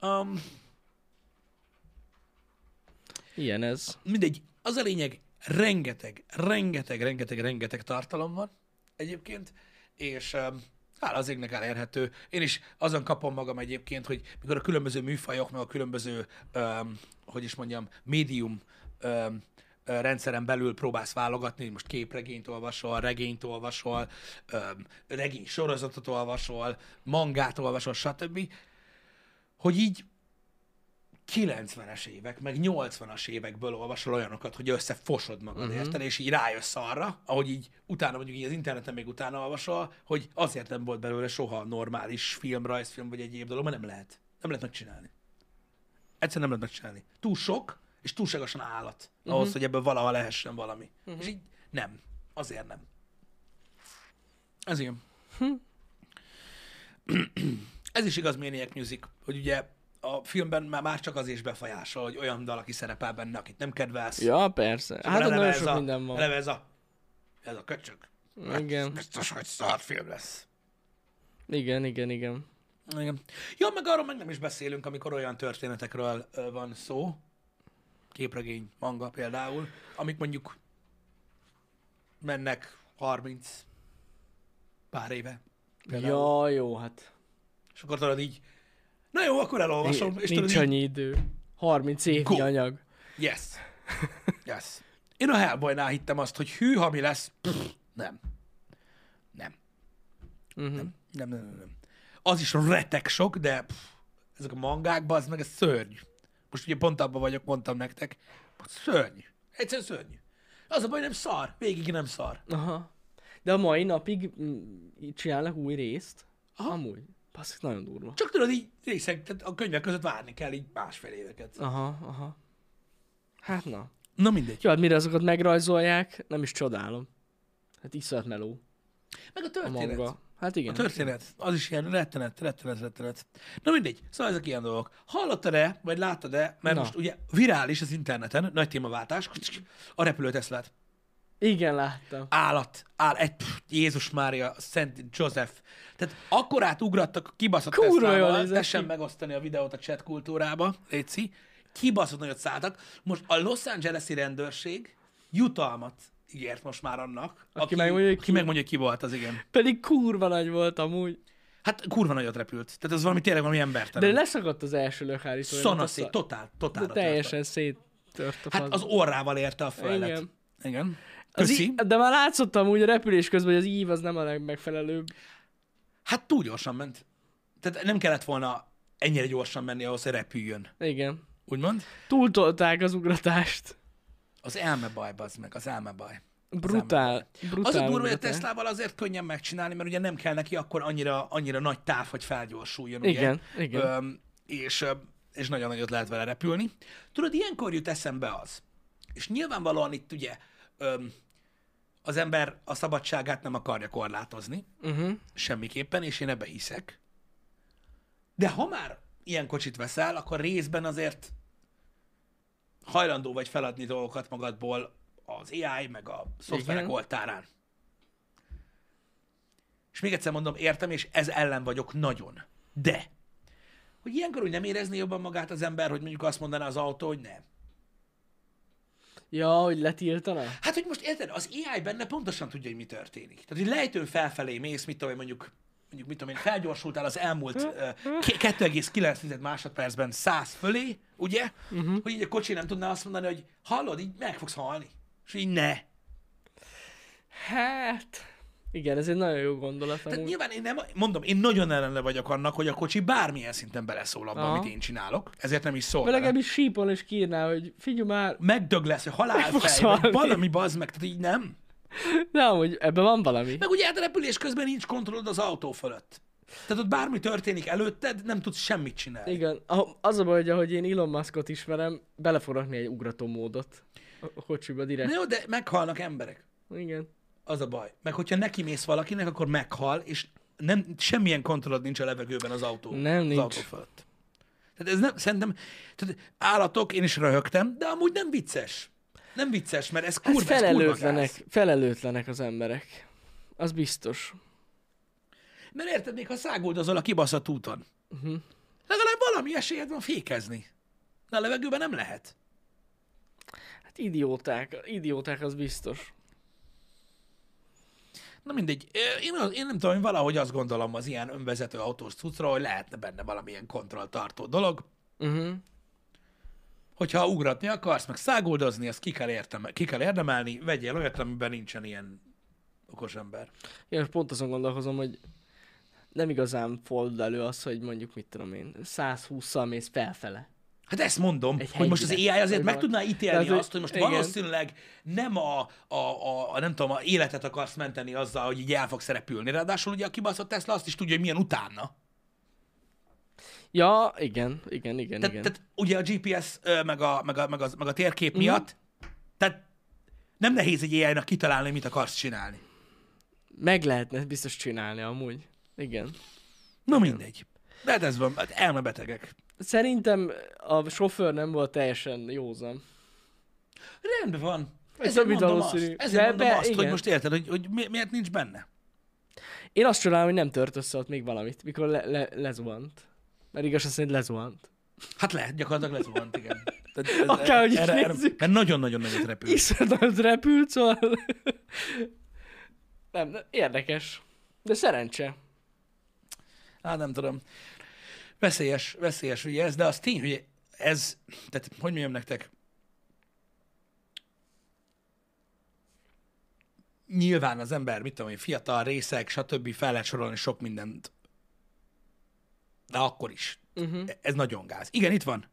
Speaker 1: Um,
Speaker 2: Ilyen ez.
Speaker 1: mindegy, az a lényeg, rengeteg, rengeteg, rengeteg, rengeteg tartalom van egyébként, és um, hála az égnek elérhető. Én is azon kapom magam egyébként, hogy mikor a különböző műfajok, meg a különböző, um, hogy is mondjam, médium um, rendszeren belül próbálsz válogatni, hogy most képregényt olvasol, regényt olvasol, um, regény sorozatot olvasol, mangát olvasol, stb. Hogy így 90-es évek, meg 80-as évekből olvasol olyanokat, hogy összefosod magad, uh-huh. érted? És így rájössz arra, ahogy így utána, mondjuk így az interneten még utána olvasol, hogy azért nem volt belőle soha normális film, rajzfilm vagy egyéb dolog, mert nem lehet. Nem lehet megcsinálni. Egyszerűen nem lehet megcsinálni. Túl sok, és túlságosan állat
Speaker 2: Mhm.
Speaker 1: uh-huh. ahhoz, hogy ebből valaha lehessen valami. Uh-huh. És így nem. Azért nem. Ez ilyen.
Speaker 2: Hm.
Speaker 1: Ez is igaz Maniac Music, hogy ugye a filmben már, már csak az is befolyásol, hogy olyan dal, aki szerepel benne, akit nem kedvelsz.
Speaker 2: Ja, persze. Hát ott
Speaker 1: Eleve
Speaker 2: nagyon
Speaker 1: ez
Speaker 2: sok
Speaker 1: a-
Speaker 2: minden van.
Speaker 1: Eleve ez a, ez a köcsög.
Speaker 2: Igen,
Speaker 1: Biztos, hogy szar film lesz.
Speaker 2: igen, igen, igen.
Speaker 1: Igen. Ja, meg arról meg nem is beszélünk, amikor olyan történetekről ö, van szó, képregény, manga például, amik mondjuk mennek 30 pár éve. Például.
Speaker 2: Ja, jó, hát.
Speaker 1: És akkor tudod így, na jó, akkor elolvasom. és tudod
Speaker 2: Nincs
Speaker 1: így,
Speaker 2: annyi idő. 30 évnyi
Speaker 1: Go.
Speaker 2: anyag.
Speaker 1: Yes. Yes. Én a Hellboynál hittem azt, hogy hű, ha mi lesz. Pff, nem. Nem.
Speaker 2: Mhm.
Speaker 1: Nem, nem, nem, nem. Az is retek sok, de pff, ezek a mangák, az meg ez szörny. Most ugye pont abban vagyok, mondtam nektek. Szörny. Egyszerűen szörny. Az a baj, nem szar. Végig nem szar.
Speaker 2: Aha. De a mai napig mm, így csinálnak új részt. Aha. Amúgy. Basszik, nagyon durva.
Speaker 1: Csak tudod, így részek, tehát a könyvek között várni kell így másfél éveket.
Speaker 2: Aha, aha. Hát na.
Speaker 1: Na mindegy.
Speaker 2: Jó, hát mire azokat megrajzolják, nem is csodálom. Hát iszonyat meló.
Speaker 1: Meg a
Speaker 2: A
Speaker 1: történet.
Speaker 2: manga. Hát igen.
Speaker 1: A történet, az is ilyen rettenet, rettenet, rettenet. Na mindegy, szóval ezek ilyen dolgok. Hallottad-e, vagy láttad-e, mert
Speaker 2: Na.
Speaker 1: most ugye virális az interneten, nagy témaváltás, a repülő Teslát.
Speaker 2: Igen, láttam.
Speaker 1: Állat, áll, egy, pff, Jézus Mária, Szent Joseph. Tehát akkorát ugrattak a kibaszott
Speaker 2: Kurva jól
Speaker 1: Teslával,
Speaker 2: nézett
Speaker 1: tessen
Speaker 2: ki.
Speaker 1: megosztani a videót a chat kultúrába, Léci. Kibaszott nagyot szálltak. Most a Los Angeles-i rendőrség jutalmat ígért most már annak, aki,
Speaker 2: megmondja, hogy
Speaker 1: aki
Speaker 2: ki.
Speaker 1: megmondja, hogy ki volt az, igen.
Speaker 2: Pedig kurva nagy volt amúgy.
Speaker 1: Hát kurva nagyot repült. Tehát az valami tényleg valami embertelen.
Speaker 2: De leszakadt az első lökhárító.
Speaker 1: Szanaszét, totál,
Speaker 2: De
Speaker 1: totál.
Speaker 2: teljesen széttört a
Speaker 1: Hát
Speaker 2: fazba.
Speaker 1: az orrával érte a földet.
Speaker 2: Igen.
Speaker 1: Igen. Igen.
Speaker 2: Az
Speaker 1: Köszi.
Speaker 2: í- de már látszottam úgy a repülés közben, hogy az ív az nem a legmegfelelőbb.
Speaker 1: Hát túl gyorsan ment. Tehát nem kellett volna ennyire gyorsan menni ahhoz, hogy repüljön.
Speaker 2: Igen.
Speaker 1: Úgymond?
Speaker 2: Túltolták az ugratást.
Speaker 1: Az elme baj, bazd meg, az elme baj.
Speaker 2: Brutál. brutál
Speaker 1: Az a durva, hogy a
Speaker 2: ugratás.
Speaker 1: Teslával azért könnyen megcsinálni, mert ugye nem kell neki akkor annyira, annyira nagy táv, hogy felgyorsuljon.
Speaker 2: Igen,
Speaker 1: ugye?
Speaker 2: igen.
Speaker 1: Öm, és, öm, és nagyon nagyot lehet vele repülni. Tudod, ilyenkor jut eszembe az, és nyilvánvalóan itt ugye öm, az ember a szabadságát nem akarja korlátozni,
Speaker 2: Uh-huh.
Speaker 1: semmiképpen, és én ebbe hiszek. De ha már ilyen kocsit veszel, akkor részben azért hajlandó vagy feladni dolgokat magadból az AI, meg a szoftverek
Speaker 2: Igen.
Speaker 1: Igen. oltárán. És még egyszer mondom, értem, és ez ellen vagyok nagyon. De, hogy ilyenkor úgy nem érezné jobban magát az ember, hogy mondjuk azt mondaná az autó, hogy nem.
Speaker 2: Ja, hogy letiltana?
Speaker 1: Hát, hogy most érted, az AI benne pontosan tudja, hogy mi történik. Tehát, hogy lejtőn felfelé mész, mit tudom én, mondjuk, mondjuk mit tudom én, felgyorsultál az elmúlt ö,
Speaker 2: Mhm.
Speaker 1: k- 2,9 másodpercben 100 fölé, ugye?
Speaker 2: Mhm.
Speaker 1: Uh-huh. Hogy így a kocsi nem tudná azt mondani, hogy hallod, így meg fogsz halni. És így ne.
Speaker 2: Hát... Igen, ez egy nagyon jó gondolat.
Speaker 1: Tehát
Speaker 2: amúgy.
Speaker 1: nyilván én nem, mondom, én nagyon ellene vagyok annak, hogy a kocsi bármilyen szinten beleszól abba,
Speaker 2: Aha.
Speaker 1: amit én csinálok, ezért nem is szól.
Speaker 2: Vagy
Speaker 1: bele.
Speaker 2: legalábbis sípon és kiírná, hogy figyelj már,
Speaker 1: Megdög lesz, hogy halál
Speaker 2: Meg fogsz
Speaker 1: fej, vagy
Speaker 2: halni.
Speaker 1: valami bazd meg, tehát így nem.
Speaker 2: de amúgy ebben van valami.
Speaker 1: Meg ugye átrepülés közben nincs kontrollod az autó fölött. Tehát ott bármi történik előtted, nem tudsz semmit csinálni.
Speaker 2: Igen, a- az a baj, hogy ahogy én Elon Muskot ismerem, bele fog rakni egy ugrató módot a- a kocsiba
Speaker 1: Na
Speaker 2: direkt.
Speaker 1: jó, de meghalnak emberek.
Speaker 2: Igen.
Speaker 1: Az a baj. Meg hogyha neki mész valakinek, akkor meghal, és nem, semmilyen kontrollod nincs a levegőben az autó.
Speaker 2: Nem,
Speaker 1: az
Speaker 2: nincs.
Speaker 1: autó fölött. Tehát ez nem, szerintem, tehát állatok, én is röhögtem, de amúgy nem vicces. Nem vicces, mert ez
Speaker 2: Hát
Speaker 1: kurva, ez kurva
Speaker 2: felelőtlenek,
Speaker 1: gáz.
Speaker 2: felelőtlenek az emberek. Az biztos.
Speaker 1: Mert érted, még ha száguldozol a kibaszott úton, uh-huh.
Speaker 2: Mhm.
Speaker 1: legalább valami esélyed van fékezni. De a levegőben nem lehet.
Speaker 2: Hát idióták, idióták az biztos.
Speaker 1: Na mindegy, Ö, én, az- én nem tudom, én valahogy azt gondolom az ilyen önvezető autós cuccra, hogy lehetne benne valamilyen kontrolltartó dolog.
Speaker 2: Uh-huh.
Speaker 1: Hogyha ugratni akarsz, meg száguldozni, azt ki kell, értem, ki kell érdemelni, vegyél olyat, amiben nincsen ilyen okos ember.
Speaker 2: Én most pont azon gondolkozom, hogy nem igazán fordul elő az, hogy mondjuk mit tudom én, 120-szal mész felfele.
Speaker 1: Hát ezt mondom,
Speaker 2: Egy
Speaker 1: hogy most az AI
Speaker 2: hegyre,
Speaker 1: azért
Speaker 2: vagy
Speaker 1: meg
Speaker 2: valami.
Speaker 1: tudná ítélni
Speaker 2: Tehát, hogy-
Speaker 1: azt, hogy most
Speaker 2: igen.
Speaker 1: valószínűleg nem a, a, a, a, nem tudom, a életet akarsz menteni azzal, hogy így el fogsz repülni. Ráadásul ugye a kibaszott Tesla azt is tudja, hogy milyen utána.
Speaker 2: Ja, igen, igen, igen,
Speaker 1: Tehát,
Speaker 2: igen.
Speaker 1: tehát ugye a GPS ö, meg a, meg a, meg a, meg a térkép miatt, tehát nem nehéz egy AI-nak kitalálni, hogy mit akarsz csinálni.
Speaker 2: Meg lehetne biztos csinálni amúgy. Igen.
Speaker 1: Na mindegy. De hát ez van, hát elmebetegek.
Speaker 2: Szerintem a sofőr nem volt teljesen józan.
Speaker 1: Rendben van. Ezért
Speaker 2: többi
Speaker 1: mondom azt,
Speaker 2: valószínű.
Speaker 1: ezért
Speaker 2: De
Speaker 1: mondom
Speaker 2: be-
Speaker 1: azt hogy
Speaker 2: igen.
Speaker 1: most érted, hogy, hogy mi, miért nincs benne.
Speaker 2: Én azt csinálom, hogy nem tört össze ott még valamit, mikor le, le, lezuhant. Mert igazság szerint lezuhant.
Speaker 1: Hát lehet, gyakorlatilag lesz volt, igen. Tehát ez-
Speaker 2: Akárhogy is
Speaker 1: erre- erre-
Speaker 2: nézzük.
Speaker 1: Mert nagyon-nagyon nagyot repül.
Speaker 2: Iszonyat repült, szóval... nem, de érdekes. De szerencse.
Speaker 1: Hát nem tudom. Veszélyes, veszélyes ugye ez, de az tény, hogy ez, tehát hogy mondjam nektek, nyilván az ember, mit tudom én, fiatal részek, stb. fel lehet sorolni sok mindent. De akkor is. Uh-huh. Ez nagyon gáz. Igen, itt van.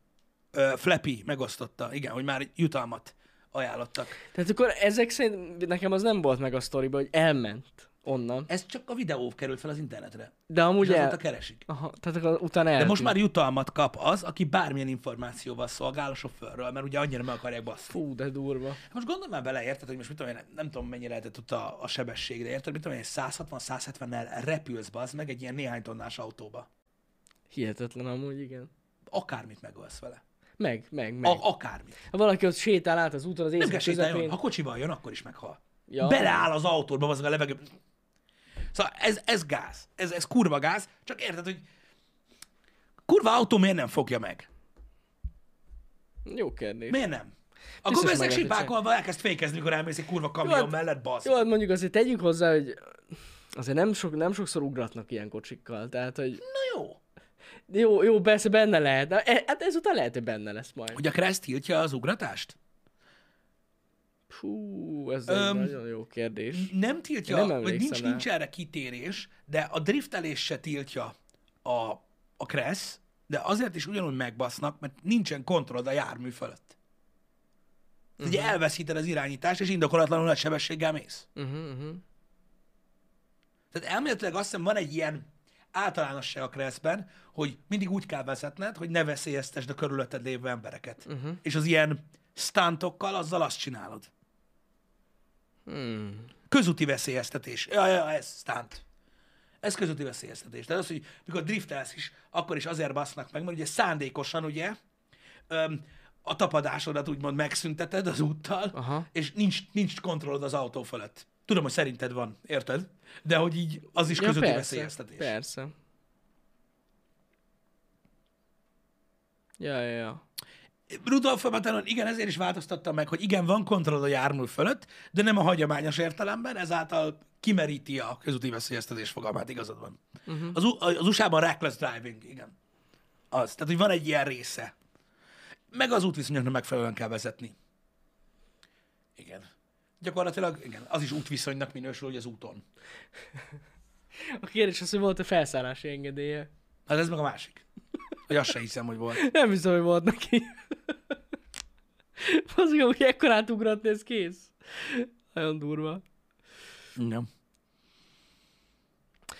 Speaker 1: Ö, Flappy megosztotta, igen, hogy már jutalmat ajánlottak.
Speaker 2: Tehát akkor ezek szerint nekem az nem volt meg a sztoriba, hogy elment onnan.
Speaker 1: Ez csak a videó került fel az internetre.
Speaker 2: De amúgy
Speaker 1: Ugye? És
Speaker 2: el...
Speaker 1: azóta keresik.
Speaker 2: Aha, tehát akkor utána eltűnt.
Speaker 1: De most már jutalmat kap az, aki bármilyen információval szolgál a sofőrről, mert ugye annyira meg akarják baszni. Hát
Speaker 2: Fú, de durva.
Speaker 1: Most gondolj már bele, érted, hogy most mit tudom én, nem tudom mennyi lehetett ott a, a sebesség, de érted, mit tudom én, 160-170-nel repülsz az meg egy ilyen néhány tonnás autóba.
Speaker 2: Hihetetlen amúgy, igen.
Speaker 1: Akármit megölsz vele.
Speaker 2: Meg, meg, meg.
Speaker 1: A, akármit.
Speaker 2: Ha valaki ott sétál át az úton az
Speaker 1: Ah. Nem
Speaker 2: éjszaka
Speaker 1: kell sétáljon,
Speaker 2: közepén.
Speaker 1: ha kocsival jön, akkor is meghal.
Speaker 2: Ja.
Speaker 1: Beleáll az autóba, az a levegő. Szóval ez, ez gáz. Ez, ez kurva gáz. Csak érted, hogy kurva autó miért nem fogja meg?
Speaker 2: Jó kérdés.
Speaker 1: Miért nem? Akkor bezzeg
Speaker 2: meglepő
Speaker 1: sipákolva elkezd fékezni, mikor elmész egy kurva kamion
Speaker 2: Jó, hát-
Speaker 1: mellett, bazd.
Speaker 2: Jó, hát mondjuk azért tegyük hozzá, hogy azért nem, sok, nem sokszor ugratnak ilyen kocsikkal, tehát hogy
Speaker 1: Na jó.
Speaker 2: jó, jó, persze benne lehet, Na, e- hát ezután lehet, hogy benne lesz majd.
Speaker 1: Hogy a Crest tiltja az ugratást?
Speaker 2: Hú, ez egy
Speaker 1: Öm,
Speaker 2: nagyon jó kérdés.
Speaker 1: Nem tiltja,
Speaker 2: Én
Speaker 1: nem
Speaker 2: nem
Speaker 1: vagy
Speaker 2: emlékszem
Speaker 1: nincs,
Speaker 2: rá.
Speaker 1: nincs erre kitérés, de a driftelés se tiltja a, a Crest, de azért is ugyanúgy megbasznak, mert nincsen kontroll a jármű fölött. Uh-huh.
Speaker 2: Mhm.
Speaker 1: Ugye elveszíted az irányítást, és indokolatlanul nagy sebességgel mész.
Speaker 2: Uh-huh, uh-huh.
Speaker 1: Tehát elméletileg azt hiszem van egy ilyen általánosság a Crestben, hogy mindig úgy kell vezetned, hogy ne veszélyeztesd a körülötted lévő embereket.
Speaker 2: Mhm.
Speaker 1: Uh-huh. És az ilyen stuntokkal azzal azt csinálod.
Speaker 2: Hmm.
Speaker 1: Közúti veszélyeztetés. Ja, ja, ez stunt. Ez közúti veszélyeztetés. Tehát az, hogy mikor driftelsz is, akkor is azért basznak meg, mert ugye szándékosan ugye öm, a tapadásodat úgymond megszünteted az úttal,
Speaker 2: Aha.
Speaker 1: és nincs, nincs kontrollod az autó fölött. Tudom, hogy szerinted van, érted? De hogy így az is közúti veszélyeztetés.
Speaker 2: Persze. Ja, ja, ja.
Speaker 1: Rudolf Matanon igen, ezért is változtatta meg, hogy igen, van kontroll a jármű fölött, de nem a hagyományos értelemben, ezáltal kimeríti a közúti veszélyeztetés fogalmát, igazad van. Uh-huh. Az, U- az USA-ban reckless driving, igen. Az. Tehát, hogy van egy ilyen része. Meg az útviszonyoknak megfelelően kell vezetni. Igen. Gyakorlatilag igen, az is útviszonynak minősül, hogy az úton.
Speaker 2: A kérdés az, hogy volt-e felszállási engedélye.
Speaker 1: Hát ez meg a másik. Hogy azt se hiszem, hogy volt.
Speaker 2: Nem hiszem, hogy volt neki. Az jó, hogy ekkor átugratni, ez kész. Nagyon durva.
Speaker 1: Nem.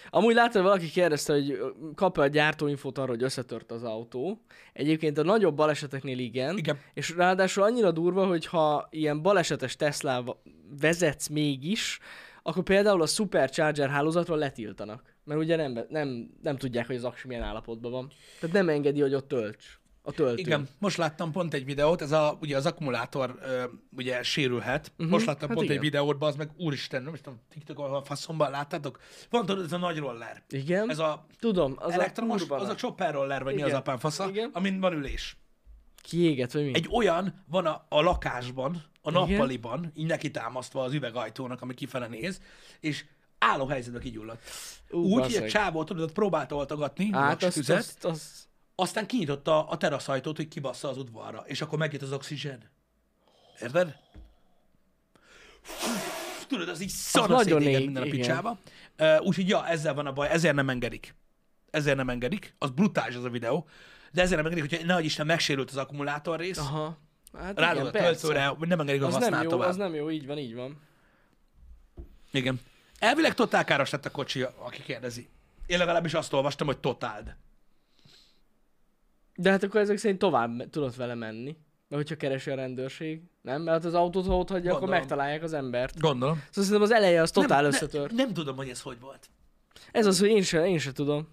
Speaker 2: Amúgy látod, valaki kérdezte, hogy kap-e a gyártóinfót arról, hogy összetört az autó. Egyébként a nagyobb baleseteknél igen.
Speaker 1: Igen.
Speaker 2: És ráadásul annyira durva, hogy ha ilyen balesetes Tesla vezetsz mégis, akkor például a Supercharger hálózatról letiltanak. Mert ugye nem, nem, nem tudják, hogy az aksi milyen állapotban van. Tehát nem engedi, hogy ott tölts. A töltő.
Speaker 1: Igen, most láttam pont egy videót, ez a, ugye az akkumulátor ö, ugye sérülhet. Uh-huh. Most láttam
Speaker 2: hát
Speaker 1: pont
Speaker 2: igen.
Speaker 1: egy videót, az meg úristen, nem is tudom, TikTokon, a faszomban láttátok? Van tudod, ez a nagy roller.
Speaker 2: Igen.
Speaker 1: Ez a
Speaker 2: Tudom, az
Speaker 1: az elektromos,
Speaker 2: a
Speaker 1: a az a chopper roller, vagy mi
Speaker 2: Igen.
Speaker 1: az apám fasza,
Speaker 2: Igen. Mhm.
Speaker 1: amin van ülés.
Speaker 2: kiéget, vagy mi?
Speaker 1: Egy olyan van a, a lakásban, a nappaliban, így neki támasztva az üvegajtónak, ami kifele néz, és álló helyzetbe kigyulladt.
Speaker 2: Ú,
Speaker 1: Úgy, hogy
Speaker 2: basszeg.
Speaker 1: a csávó tudod, ott próbálta oltogatni,
Speaker 2: Át,
Speaker 1: a
Speaker 2: azt,
Speaker 1: tüzet,
Speaker 2: azt, azt,
Speaker 1: aztán kinyitotta a teraszajtót, hogy kibassza az udvarra, és akkor megjött az oxigén. Érted? Fú, Tudod, az így szana
Speaker 2: nagyon
Speaker 1: szétéged
Speaker 2: ég,
Speaker 1: minden a
Speaker 2: igen.
Speaker 1: picsába. Ö, Úgyhogy ja, ezzel van a baj, ezért nem engedik. Ezért nem engedik. Az brutális az a videó. De ezért nem engedik, hogy nehogy Isten megsérült az akkumulátor rész.
Speaker 2: aha. Hát
Speaker 1: Rádod a töltőre, hogy nem engedik a
Speaker 2: Az nem
Speaker 1: használ
Speaker 2: jó,
Speaker 1: tovább.
Speaker 2: az nem jó, így van, így van.
Speaker 1: Igen. Elvileg totálkáros lett a kocsi, aki kérdezi. Én legalábbis azt olvastam, hogy totáld.
Speaker 2: De hát akkor ezek szerint tovább me- tudod vele menni. Mert hogyha keresi a rendőrség, nem? Mert hát az autót, ha ott hagyja, akkor
Speaker 1: Gondolom.
Speaker 2: megtalálják az embert.
Speaker 1: Gondolom.
Speaker 2: Szóval szerintem az eleje az totál
Speaker 1: nem,
Speaker 2: összetört.
Speaker 1: Nem, nem tudom, hogy ez hogy volt.
Speaker 2: Ez az, hogy én se, én se tudom.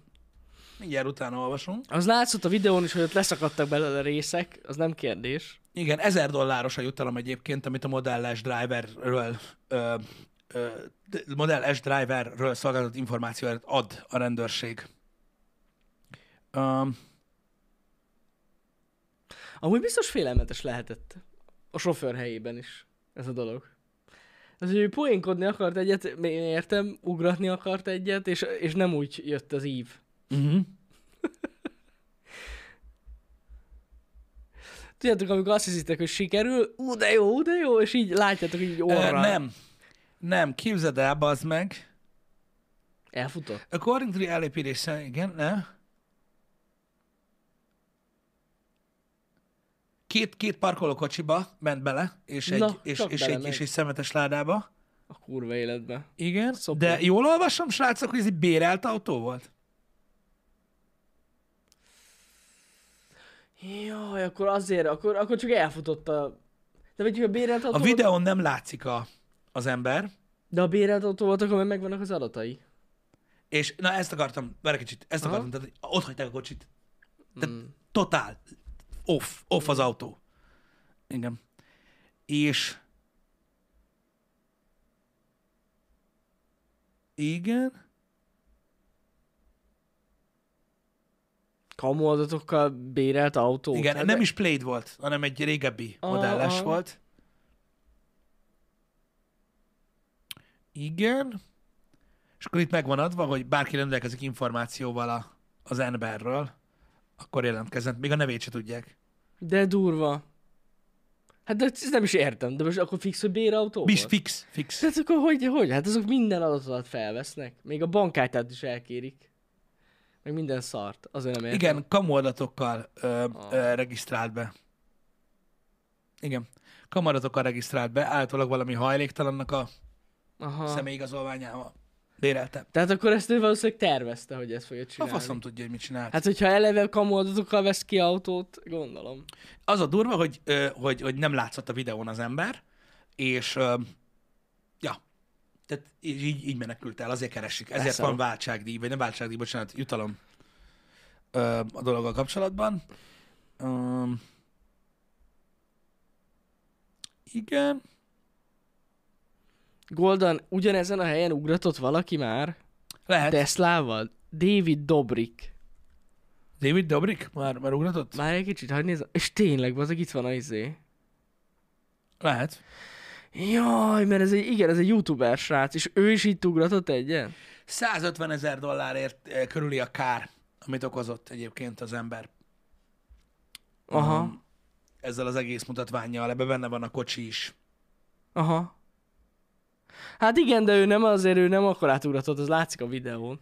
Speaker 1: Mindjárt utána olvasom.
Speaker 2: Az látszott a videón is, hogy ott leszakadtak belőle részek, az nem kérdés.
Speaker 1: Igen, 1000 dolláros a jutalom egyébként, amit a Model S Driverről, ö, ö, de- Model S Driverről szolgáltatott információt ad a rendőrség. Um,
Speaker 2: Amúgy biztos félelmetes lehetett. A sofőr helyében is. Ez a dolog. Az, hogy ő poénkodni akart egyet, én értem, ugratni akart egyet, és, és nem úgy jött az ív. Mhm.
Speaker 1: uh-huh.
Speaker 2: Tudjátok, amikor azt hiszitek, hogy sikerül, ú, de jó, ú, de jó, és így látjátok, hogy így
Speaker 1: ö,
Speaker 2: orra.
Speaker 1: nem, nem, képzeld el, bazd meg.
Speaker 2: Elfutott.
Speaker 1: According to the LAPD, sa- igen, nem. Két, két parkolókocsiba ment bele, és egy,
Speaker 2: Na,
Speaker 1: és,
Speaker 2: csak
Speaker 1: és, egy,
Speaker 2: belemegy.
Speaker 1: és egy szemetes ládába.
Speaker 2: A kurva életbe.
Speaker 1: Igen,
Speaker 2: Szopó.
Speaker 1: de jól olvasom, srácok, hogy ez egy bérelt autó volt?
Speaker 2: Jaj, akkor azért, akkor, akkor csak elfutott a... De vagy, hogy a bérelt autó
Speaker 1: A
Speaker 2: volt-
Speaker 1: videón nem látszik a, az ember,
Speaker 2: De a bérelt autó volt, akkor már megvannak az adatai.
Speaker 1: és na ezt akartam, várj egy kicsit, ezt
Speaker 2: Aha.
Speaker 1: akartam, tehát hogy ott hagyták a kocsit. Tehát mm. totál, off, off az autó. Igen. És... Igen.
Speaker 2: Kamu adatokkal bérelt autó. Hát
Speaker 1: Igen, nem is Played volt, hanem egy régebbi
Speaker 2: Aha,
Speaker 1: modelles
Speaker 2: aha.
Speaker 1: volt. Igen. És akkor itt megvan adva, hogy bárki rendelkezik információval a, az emberről, akkor jelentkezzen. Még a nevét se tudják.
Speaker 2: De durva. Hát de ezt nem is értem, de most akkor fix, hogy bérautó
Speaker 1: Bis,
Speaker 2: volt?
Speaker 1: fix, fix.
Speaker 2: Tehát akkor hogy, hogy? Hát azok minden adatodat felvesznek. Még a bankkártyát is elkérik. Meg minden szart. Azért nem értem.
Speaker 1: Igen, kamu adatokkal ö,
Speaker 2: Ah.
Speaker 1: ö, regisztrált be. Igen. Kamu adatokkal regisztrált be, általában valami hajléktalannak a
Speaker 2: Aha.
Speaker 1: személyigazolványával. Bérelte.
Speaker 2: Tehát akkor ezt ő valószínűleg tervezte, hogy ezt fogja
Speaker 1: A
Speaker 2: csinálni.
Speaker 1: faszom tudja, hogy mit csinált.
Speaker 2: Hát, hogyha eleve kamu adatokkal vesz ki autót, gondolom.
Speaker 1: az a durva, hogy, ö, hogy, hogy nem látszott a videón az ember, és ö, ja, tehát így, így- így menekült el, azért keresik. Ezért
Speaker 2: Persze.
Speaker 1: van váltságdíj, vagy nem váltságdíj, bocsánat, jutalom ö, a dologgal kapcsolatban. Ö, igen.
Speaker 2: Goldan ugyanezen a helyen ugratott valaki már?
Speaker 1: Lehet. De.
Speaker 2: Teslával? David Dobrik.
Speaker 1: David Dobrik már, már ugratott?
Speaker 2: Már egy kicsit, hagyd nézzem. És tényleg, azok itt van a izé.
Speaker 1: Lehet.
Speaker 2: Jaj, mert ez egy, igen, ez egy youtuber srác, és ő is itt ugratott egyen?
Speaker 1: 150 ezer dollárért eh, körüli a kár, amit okozott egyébként az ember
Speaker 2: Aha,
Speaker 1: ezzel az egész mutatványjal, ebben benne van a kocsi is.
Speaker 2: aha. Hát igen, de ő nem, azért ő nem akkor átugratott, az látszik a videón.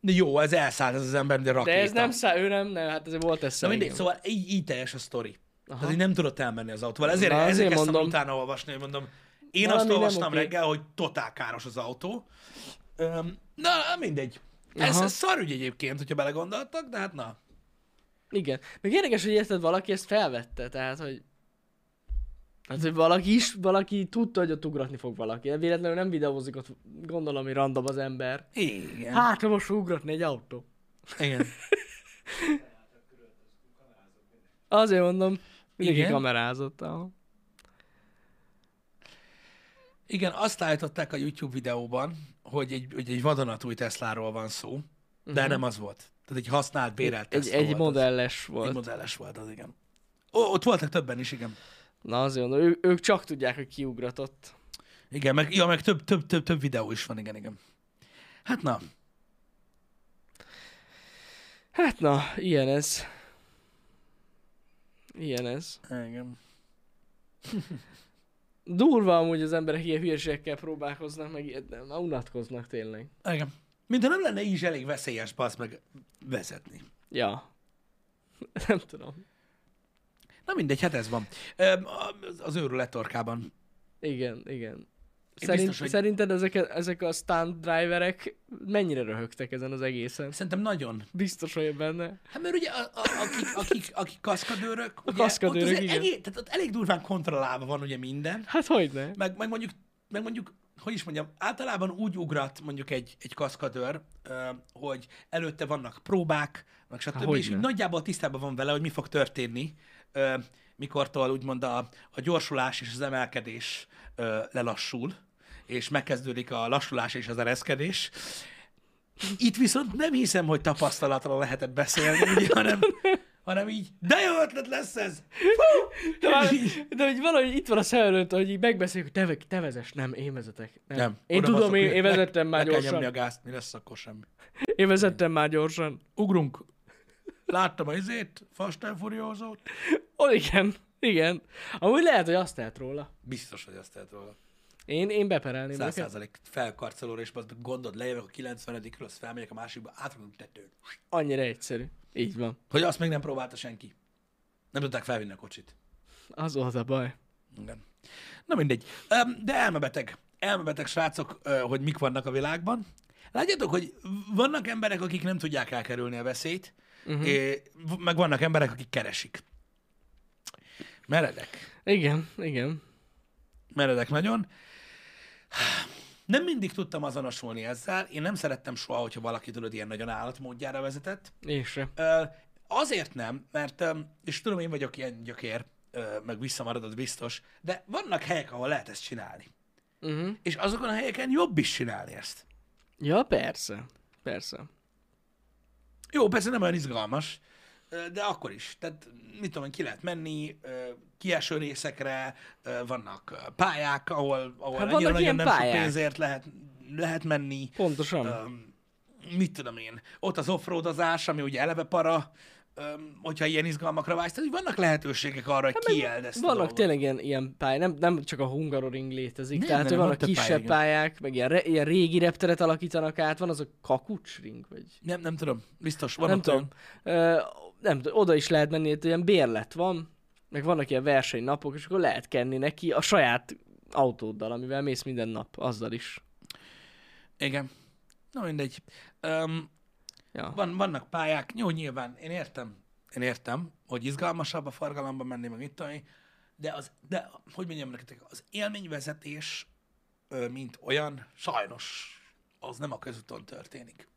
Speaker 1: De jó, ez elszállt ez az ember, de rakéta.
Speaker 2: De ez nem szá, ő nem, nem, hát ez volt ez
Speaker 1: Na mindegy, szóval így, így teljes a sztori.
Speaker 2: Aha.
Speaker 1: Tehát így nem tudott elmenni az autóval. Ezért,
Speaker 2: Na, azért
Speaker 1: ezért kezdtem
Speaker 2: mondom.
Speaker 1: utána olvasni, hogy mondom, én
Speaker 2: Valami
Speaker 1: azt
Speaker 2: nem
Speaker 1: olvastam
Speaker 2: oké.
Speaker 1: reggel, hogy totál káros az autó. Öm, na, mindegy. Ez,
Speaker 2: Aha.
Speaker 1: ez szarügy egyébként, hogyha belegondoltak, de hát na.
Speaker 2: Igen. Még érdekes, hogy érted, valaki ezt felvette, tehát, hogy... Hát, hogy valaki is, valaki tudta, hogy ott ugratni fog valaki. Véletlenül nem videózik ott, gondolom, hogy random az ember.
Speaker 1: Igen.
Speaker 2: Hát, ha most fog ugratni egy autó.
Speaker 1: Igen.
Speaker 2: Azért mondom, mindenki
Speaker 1: Igen.
Speaker 2: kamerázott. Aha.
Speaker 1: Igen, azt állították a YouTube videóban, hogy egy, hogy egy vadonatúj Tesláról van szó, de nem az volt. Tehát egy használt, bérelt
Speaker 2: Mhm. Egy,
Speaker 1: Tesla
Speaker 2: egy
Speaker 1: volt
Speaker 2: modelles
Speaker 1: Az.
Speaker 2: volt.
Speaker 1: Egy modelles volt az, igen. Ó, ott voltak többen is, igen.
Speaker 2: Na azért mondom, ő, ők csak tudják, hogy kiugratott.
Speaker 1: Igen, meg, ja, meg több, több, több, több videó is van, igen, igen. Hát na,
Speaker 2: Hát na, ilyen ez. Ilyen ez.
Speaker 1: igen.
Speaker 2: Durva amúgy az emberek ilyen hülyeségekkel próbálkoznak, meg ilyet, de már unatkoznak tényleg.
Speaker 1: igen. Mintha nem lenne így is elég veszélyes, basz meg vezetni.
Speaker 2: Ja. Nem tudom.
Speaker 1: Na mindegy, hát ez van. Öm, az- Az őrület torkában.
Speaker 2: Igen, igen.
Speaker 1: Én
Speaker 2: Szerint,
Speaker 1: biztos, hogy-
Speaker 2: biztos, hogy... Szerinted ezek, ezek a stunt driverek mennyire röhögtek ezen az egészen?
Speaker 1: Szerintem nagyon.
Speaker 2: Biztos vagyok benne.
Speaker 1: Hát mert ugye a, a, akik, akik, akik kaszkadőrök, ugye,
Speaker 2: kaszkadőrök,
Speaker 1: ott azért
Speaker 2: igen.
Speaker 1: Egész, tehát ott elég durván kontrollálva van ugye minden.
Speaker 2: Hát hogyne?
Speaker 1: meg, meg, mondjuk, meg mondjuk, hogy is mondjam, általában úgy ugrat mondjuk egy, egy kaszkadőr, ö, hogy előtte vannak próbák, meg stb.
Speaker 2: hogyne.
Speaker 1: és így nagyjából tisztában van vele, hogy mi fog történni, ö, mikortól úgymond a, a gyorsulás és az emelkedés ö, lelassul, és megkezdődik a lassulás és az ereszkedés. Itt viszont nem hiszem, hogy tapasztalatról lehetett beszélni, ugye, hanem, hanem így, de jó ötlet lesz ez!
Speaker 2: De, már, de hogy valahogy itt van a szem előtt, hogy így megbeszéljük, hogy te, ve- te vezess, nem, én vezetek.
Speaker 1: Nem,
Speaker 2: Nem. nem én
Speaker 1: oda
Speaker 2: tudom,
Speaker 1: baszok,
Speaker 2: én,
Speaker 1: le-
Speaker 2: én vezettem
Speaker 1: le
Speaker 2: már
Speaker 1: kell nyomni
Speaker 2: gyorsan.
Speaker 1: a gázt, mi lesz akkor semmi.
Speaker 2: Én vezettem már gyorsan.
Speaker 1: ugrunk. Láttam a izét, Fast and Furious-ot.
Speaker 2: Ó, igen, igen. Amúgy lehet, hogy azt tehet róla.
Speaker 1: Biztos, hogy azt tehet róla.
Speaker 2: Én, én beperelném
Speaker 1: Száz
Speaker 2: őket.
Speaker 1: százalék felkarcolóra, és azt gondod, lejövök a 90-ről, azt felmegyek a másikba, átrugom tetőn.
Speaker 2: Annyira egyszerű. Így van.
Speaker 1: Hogy azt még nem próbálta senki. Nem tudták felvinni a kocsit.
Speaker 2: Az volt a baj.
Speaker 1: Igen. Na mindegy. Öm, De elmebeteg. Elmebeteg srácok, ö, hogy mik vannak a világban. Látjátok, hogy vannak emberek, akik nem tudják elkerülni a veszélyt, uh-huh. meg vannak emberek, akik keresik. Meredek.
Speaker 2: Igen, igen.
Speaker 1: meredek nagyon. Nem mindig tudtam azonosulni ezzel. Én nem szerettem soha, hogyha valaki tudod ilyen nagyon állatmódjára vezetett.
Speaker 2: Én se.
Speaker 1: Ö, Azért nem, mert, ö, és tudom, én vagyok ilyen gyökér, ö, meg visszamaradott biztos, de vannak helyek, ahol lehet ezt csinálni.
Speaker 2: Uh-huh.
Speaker 1: És azokon a helyeken jobb is csinálni ezt.
Speaker 2: Ja, persze. Persze.
Speaker 1: Jó, persze nem olyan izgalmas, ö, de akkor is. Tehát, mit tudom, én, ki lehet menni, ö, kieső részekre, ö, vannak ö, pályák, ahol, ahol
Speaker 2: Hát
Speaker 1: annyira
Speaker 2: vannak
Speaker 1: nagyon
Speaker 2: ilyen
Speaker 1: nem sok
Speaker 2: pályák.
Speaker 1: pénzért lehet, lehet menni.
Speaker 2: Pontosan. Hát
Speaker 1: Öm, mit tudom én, ott az offroadozás, ami ugye eleve para, öm, hogyha ilyen izgalmakra vágysz, tehát hogy vannak lehetőségek arra, hogy kiéld ezt a
Speaker 2: Hát Vannak
Speaker 1: dolgot.
Speaker 2: tényleg ilyen, ilyen pályák, nem, nem csak a Hungaroring létezik,
Speaker 1: Nem,
Speaker 2: nem, tehát
Speaker 1: nem,
Speaker 2: nem,
Speaker 1: van
Speaker 2: vannak
Speaker 1: több pálya,
Speaker 2: kisebb
Speaker 1: igen.
Speaker 2: pályák, meg ilyen, re, ilyen régi repteret alakítanak át, van az a kakucsring, vagy
Speaker 1: Nem, nem tudom, biztos, van
Speaker 2: nem
Speaker 1: ott olyan.
Speaker 2: tudom. Ö, nem tudom, oda is lehet menni, itt ilyen bérlet van, meg vannak ilyen versenynapok, és akkor lehet kenni neki a saját autóddal, amivel mész minden nap, azzal is.
Speaker 1: Igen. Na mindegy. Öm,
Speaker 2: Ja.
Speaker 1: van, vannak pályák, jó, nyilván, én értem, én értem, hogy izgalmasabb a forgalomba menni, meg mit tudom én, de, az, de hogy mondjam nektek, az élményvezetés, ö, mint olyan, sajnos az nem a közúton történik.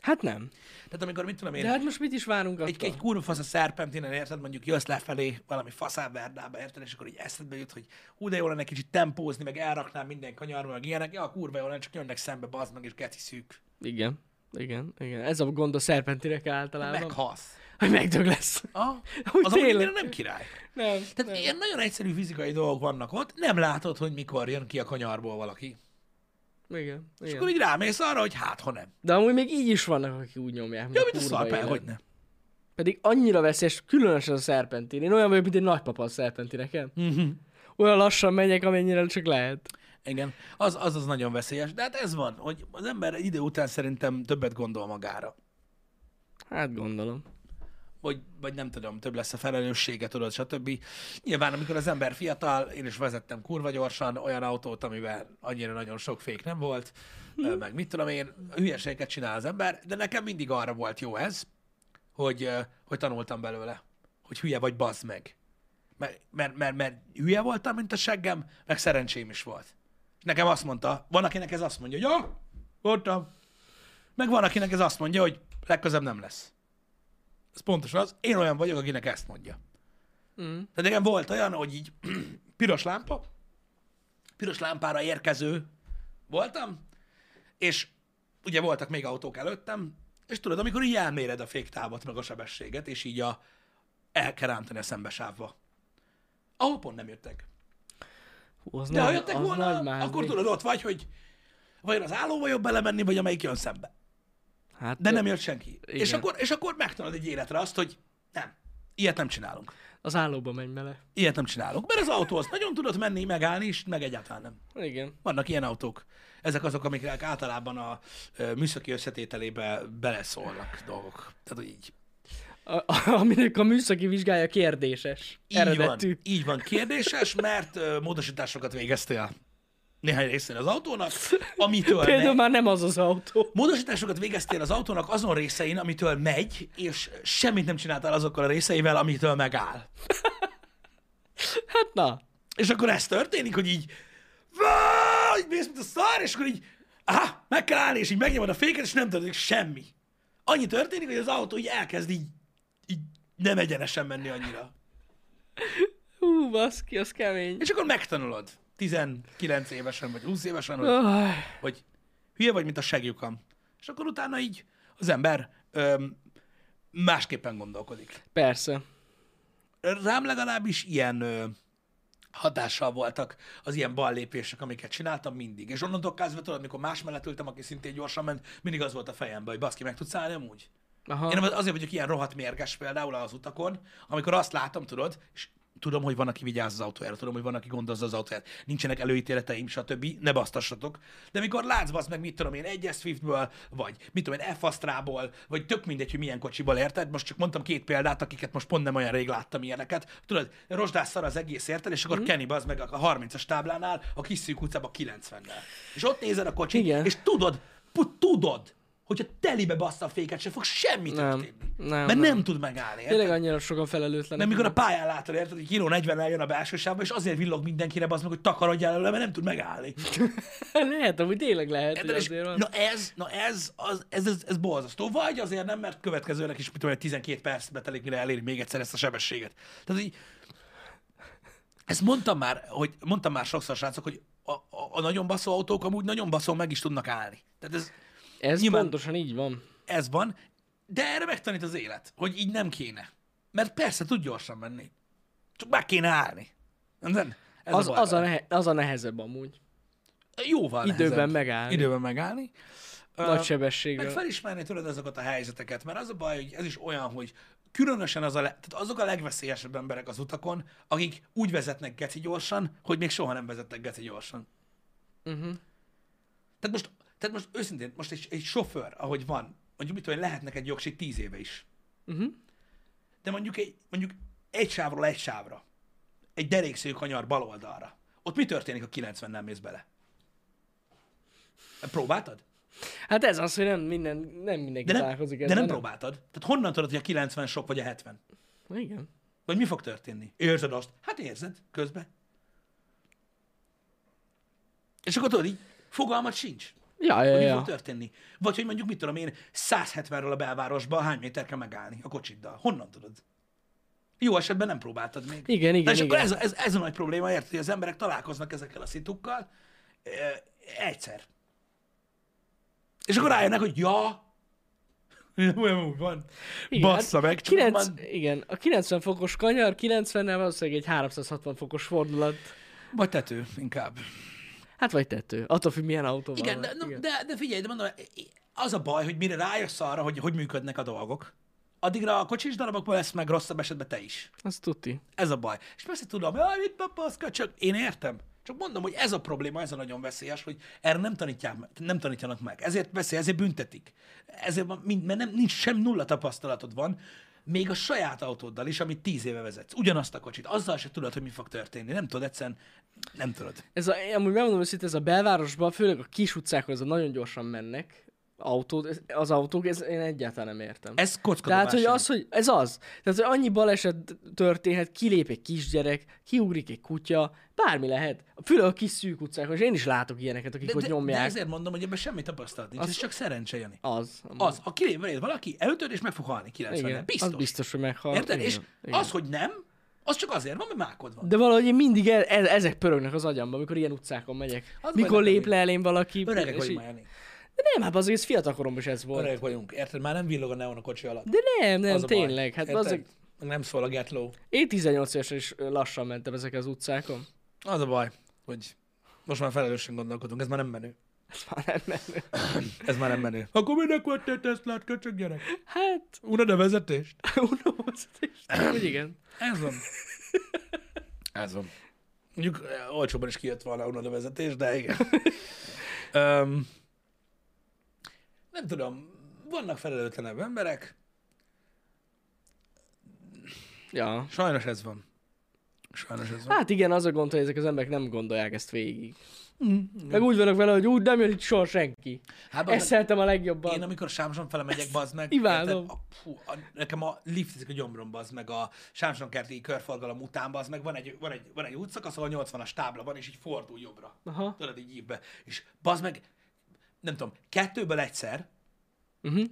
Speaker 2: Hát nem.
Speaker 1: Tehát amikor, mit tudom én,
Speaker 2: De hát most mit is várunk attól?
Speaker 1: egy, egy kurva fasz a szerpentinen, érted, mondjuk jössz lefelé valami faszáverdába, érted, és akkor így eszedbe jut, hogy hú, de jó lenne kicsit tempózni, meg elraknám minden kanyarba, meg ilyenek, ja, kurva jó lenne, csak jönnek szembe, bazd meg, és geci szűk.
Speaker 2: Igen. Igen, igen. Ez a gond a szerpentirek általában.
Speaker 1: Meghalsz.
Speaker 2: Hogy megdög lesz.
Speaker 1: Ah,
Speaker 2: Hogy
Speaker 1: az amúgy
Speaker 2: tényleg.
Speaker 1: nem király.
Speaker 2: Nem.
Speaker 1: Tehát ilyen nagyon egyszerű fizikai dolgok vannak ott, nem látod, hogy mikor jön ki a kanyarból valaki. Igen.
Speaker 2: Igen.
Speaker 1: És
Speaker 2: igen.
Speaker 1: akkor így rámész arra, hogy hát, ha nem.
Speaker 2: De amúgy még így is vannak, akik úgy nyomják. mint
Speaker 1: Ja, mint a
Speaker 2: kurva
Speaker 1: szarpál,
Speaker 2: élet.
Speaker 1: hogy nem.
Speaker 2: Pedig annyira veszélyes, különösen a szerpentin. Én olyan vagyok, mint egy nagypapa a szerpentineken.
Speaker 1: Uh-huh.
Speaker 2: olyan lassan megyek, amennyire csak lehet.
Speaker 1: Igen, az, az az nagyon veszélyes. De hát ez van, hogy az ember egy idő után szerintem többet gondol magára.
Speaker 2: Hát gondolom.
Speaker 1: Vagy, vagy nem tudom, több lesz a felelőssége, tudod, stb. Nyilván, amikor az ember fiatal, én is vezettem kurva gyorsan olyan autót, amiben annyira nagyon sok fék nem volt, ö, meg mit tudom én, hülyeségeket csinál az ember, de nekem mindig arra volt jó ez, hogy, ö, hogy tanultam belőle, hogy hülye vagy, bazd meg. Mert, mert, mert, mert hülye voltam, mint a seggem, meg szerencsém is volt. Nekem azt mondta, van akinek ez azt mondja, hogy jó, voltam. Meg van akinek ez azt mondja, hogy legközebb nem lesz. Ez pontosan az. Én olyan vagyok, akinek ezt mondja. Mm. Tehát nekem volt olyan, hogy így piros lámpa, piros lámpára érkező voltam, és ugye voltak még autók előttem, és tudod, amikor így elméred a féktávot, meg a sebességet, és így a, el kell rántani a szembesávba. Ahol pont nem jöttek.
Speaker 2: Hú, az
Speaker 1: De ha
Speaker 2: nagy-
Speaker 1: jöttek
Speaker 2: az
Speaker 1: volna,
Speaker 2: nagy mázli.
Speaker 1: akkor tudod, ott vagy, hogy vajon az állóba jobb belemenni, vagy amelyik jön szembe.
Speaker 2: Hát,
Speaker 1: De nem jött senki. És
Speaker 2: Igen.
Speaker 1: akkor, és akkor megtanulod egy életre azt, hogy nem, ilyet nem csinálunk.
Speaker 2: Az állóba menj bele.
Speaker 1: Ilyet nem csinálunk. Mert az autó azt nagyon tudott menni, megállni, és meg egyáltalán nem.
Speaker 2: Igen.
Speaker 1: Vannak ilyen autók. Ezek azok, amik általában a ö, műszaki összetételébe beleszólnak dolgok. Tehát hogy így.
Speaker 2: A, a, aminek a műszaki vizsgája kérdéses.
Speaker 1: Így
Speaker 2: eredetű.
Speaker 1: van, így van. Kérdéses, mert ö, módosításokat végeztél néhány részén az autónak, amitől
Speaker 2: Például
Speaker 1: ne,
Speaker 2: már nem az az autó.
Speaker 1: módosításokat végeztél az autónak azon részein, amitől megy, és semmit nem csináltál azokkal a részeivel, amitől megáll.
Speaker 2: Hát na.
Speaker 1: És akkor ez történik, hogy így vagy mész, mint a szar, és akkor így aha, meg kell állni, és így megnyomod a féket, és nem történik semmi. Annyi történik, hogy az autó így elkezd így, így nem egyenesen menni annyira.
Speaker 2: Hú, baszki, az kemény.
Speaker 1: És akkor megtanulod 19 évesen, vagy 20 évesen, hogy,
Speaker 2: Öh,
Speaker 1: hogy hülye vagy, mint a segjukam. És akkor utána így az ember öm, másképpen gondolkodik.
Speaker 2: persze.
Speaker 1: rám legalábbis ilyen ö, hatással voltak az ilyen ballépések, amiket csináltam mindig. És onnantól kezdve, tudod, amikor más mellett ültem, aki szintén gyorsan ment, mindig az volt a fejemben, hogy baszki, meg tudsz állni amúgy?
Speaker 2: Aha.
Speaker 1: Én azért vagyok ilyen rohadt mérges például az utakon, amikor azt látom, tudod, és tudom, hogy van, aki vigyáz az autójára, tudom, hogy van, aki gondozza az autóját, nincsenek előítéleteim, stb. Ne basztassatok. De mikor látsz, basz meg, mit tudom én, egyes Swiftből, vagy mit tudom én, f asztrából vagy tök mindegy, hogy milyen kocsiból érted, most csak mondtam két példát, akiket most pont nem olyan rég láttam ilyeneket. Tudod, rozsdás szar az egész érted, és
Speaker 2: Mhm.
Speaker 1: akkor mm. Kenny bazd meg a 30-as táblánál, a kis szűk utcában 90-nel. És ott nézed a kocsit,
Speaker 2: Igen.
Speaker 1: és tudod, pu- tudod, hogyha telibe bassza a féket, se fog semmi
Speaker 2: Nem.
Speaker 1: történni.
Speaker 2: Nem,
Speaker 1: Mert nem,
Speaker 2: nem.
Speaker 1: tud megállni. érted?
Speaker 2: Tényleg annyira sokan felelőtlenek.
Speaker 1: Mert mikor a pályán látod, érted, hogy kiló 40 el jön a belső sávba, és azért villog mindenkire az meg, hogy takarodj előle, mert nem tud megállni.
Speaker 2: lehet, amúgy tényleg lehet, hogy
Speaker 1: Érted? És,
Speaker 2: azért van.
Speaker 1: na ez, na ez, az, ez, ez, ez borzasztó. Vagy azért nem, mert következőnek is, mit tudom, én, 12 percbe telik, mire eléri még egyszer ezt a sebességet. Tehát így, ezt mondtam már, hogy mondtam már sokszor, srácok, hogy a, a, a nagyon baszó autók amúgy nagyon baszó meg is tudnak állni. Tehát ez,
Speaker 2: Ez
Speaker 1: nyilván-
Speaker 2: pontosan így van.
Speaker 1: ez van, de erre megtanít az élet, hogy így nem kéne. Mert persze tud gyorsan menni, csak meg kéne állni. Nem? Ez
Speaker 2: Az,
Speaker 1: baj
Speaker 2: az, a
Speaker 1: vele.
Speaker 2: nehe, az a nehezebb amúgy.
Speaker 1: Jóval
Speaker 2: időben
Speaker 1: nehezebb.
Speaker 2: megállni.
Speaker 1: Időben megállni. Ö,
Speaker 2: Nagy
Speaker 1: meg
Speaker 2: sebességvel.
Speaker 1: felismerni tőled azokat a helyzeteket, mert az a baj, hogy ez is olyan, hogy különösen az a le- tehát azok a legveszélyesebb emberek az utakon, akik úgy vezetnek geci gyorsan, hogy még soha nem vezettek geci gyorsan.
Speaker 2: Uh-huh.
Speaker 1: Tehát most, tehát most őszintén, most egy, egy sofőr, ahogy van, mondjuk mit tudom, én, lehetnek egy jogség tíz éve is.
Speaker 2: Uh-huh.
Speaker 1: de mondjuk egy, mondjuk egy sávról egy sávra, egy derékszögű kanyar bal oldalra, ott mi történik, ha 90-nel mész bele? Próbáltad?
Speaker 2: Hát ez az, hogy nem, minden, nem mindenki
Speaker 1: De nem,
Speaker 2: találkozik
Speaker 1: de
Speaker 2: ezzel,
Speaker 1: nem próbáltad. Tehát honnan tudod, hogy a 90 sok vagy a 70?
Speaker 2: Igen.
Speaker 1: Vagy mi fog történni? Érzed azt? Hát érzed, közben. És akkor tudod így, fogalmat sincs,
Speaker 2: Ja, ja,
Speaker 1: hogy mi fog
Speaker 2: ja.
Speaker 1: történni. Vagy hogy mondjuk, mit tudom én, 170-ről a belvárosba hány méter kell megállni a kocsiddal. Honnan tudod? Jó esetben nem próbáltad még.
Speaker 2: Igen,
Speaker 1: Na,
Speaker 2: igen,
Speaker 1: és akkor
Speaker 2: igen.
Speaker 1: ez, a- ez, ez a nagy probléma, érted, hogy az emberek találkoznak ezekkel a szitukkal ö, egyszer. És akkor rájönnek, hogy ja, olyan úgy van.
Speaker 2: Igen,
Speaker 1: Bassza
Speaker 2: hát
Speaker 1: meg, csak
Speaker 2: kilenc-
Speaker 1: van.
Speaker 2: Igen, a 90 fokos kanyar, 90-nel valószínűleg egy 360 fokos fordulat.
Speaker 1: Vagy tető, inkább.
Speaker 2: Hát vagy tető, attól függ milyen autó
Speaker 1: Igen,
Speaker 2: van.
Speaker 1: de, de, de figyelj, de mondom, az a baj, hogy mire rájössz arra, hogy hogy működnek a dolgok, addigra a kocsis darabokból lesz meg rosszabb esetben te is.
Speaker 2: Az tuti.
Speaker 1: Ez a baj. És persze tudom, hogy mit baszka, csak én értem. Csak mondom, hogy ez a probléma, ez a nagyon veszélyes, hogy erre nem, tanítják, nem tanítanak meg. Ezért veszély, ezért büntetik. Ezért van, mind, mert nem, nincs sem nulla tapasztalatod van, még a saját autóddal is, amit tíz éve vezetsz. Ugyanazt a kocsit. Azzal se tudod, hogy mi fog történni. Nem tudod, egyszerűen nem tudod.
Speaker 2: Ez a, én amúgy megmondom őszintén, ez a belvárosban, főleg a kis utcákon, ez a nagyon gyorsan mennek autó, az autók, ez én egyáltalán nem értem.
Speaker 1: Ez
Speaker 2: Tehát,
Speaker 1: kockadobás.
Speaker 2: hogy az, hogy ez az. Tehát, hogy annyi baleset történhet, kilép egy kisgyerek, kiugrik egy kutya, bármi lehet. Főleg a kis szűk utcákon, és én is látok ilyeneket, akik
Speaker 1: de,
Speaker 2: ott
Speaker 1: de, de,
Speaker 2: nyomják.
Speaker 1: ezért mondom, hogy ebben semmi tapasztalat nincs.
Speaker 2: Az-
Speaker 1: Ez csak szerencse, Jani.
Speaker 2: Az. amúgy.
Speaker 1: Az, ha kilép veled valaki, elütöd és meg fog halni 90
Speaker 2: Igen,
Speaker 1: -en. Biztos.
Speaker 2: az biztos, hogy meghal.
Speaker 1: Érted?
Speaker 2: Igen,
Speaker 1: És
Speaker 2: igen.
Speaker 1: az, hogy nem, az csak azért van, mert mákod van.
Speaker 2: De valahogy én mindig e- e- ezek pörögnek az agyamban, amikor ilyen utcákon megyek.
Speaker 1: Az
Speaker 2: Az mikor
Speaker 1: majd nem
Speaker 2: lép le elém valaki.
Speaker 1: Öregek
Speaker 2: és
Speaker 1: vagyunk már,
Speaker 2: így-
Speaker 1: Jani.
Speaker 2: De nem, hát az egész fiatal koromban is ez volt.
Speaker 1: Öregek vagyunk. Érted? Már nem villog a neon a kocsi alatt.
Speaker 2: De nem, nem,
Speaker 1: Az a baj.
Speaker 2: tényleg. Hát
Speaker 1: Érted?
Speaker 2: az,
Speaker 1: Meg Nem szól a getló.
Speaker 2: én 18 évesen is ö, lassan mentem ezek az utcákon.
Speaker 1: Az a baj, hogy most már felelősen gondolkodunk, ez már nem menő.
Speaker 2: Ez már nem menő.
Speaker 1: Ez már nem menő. Akkor minek volt te Teslát, köcsög gyerek?
Speaker 2: Hát,
Speaker 1: Unod a vezetést?
Speaker 2: unom az Úgy igen.
Speaker 1: Ez van. Ez van. Mondjuk eh, olcsóban is kijött volna unod a vezetés, de igen. um, nem tudom, vannak felelőtlenebb emberek,
Speaker 2: Ja.
Speaker 1: sajnos ez van. Sajnos ez van.
Speaker 2: Hát igen, az a gond, hogy ezek az emberek nem gondolják ezt végig.
Speaker 1: Mm.
Speaker 2: Meg úgy vannak vele, hogy úgy nem jön itt soha senki.
Speaker 1: Hát,
Speaker 2: Ezt szeretem a legjobban.
Speaker 1: Én amikor Sámson felemegyek, bazd meg,
Speaker 2: imádom.
Speaker 1: érted? A, fú, a, nekem a lift a gyomrom, bazd meg, a Sámson kerti körforgalom után, bazd meg, van egy, van egy, van egy útszakasz, ahol 80-as tábla van, és így fordul jobbra.
Speaker 2: Aha.
Speaker 1: Tudod, így hív be. És bazd meg, nem tudom, kettőből egyszer
Speaker 2: Uh-huh.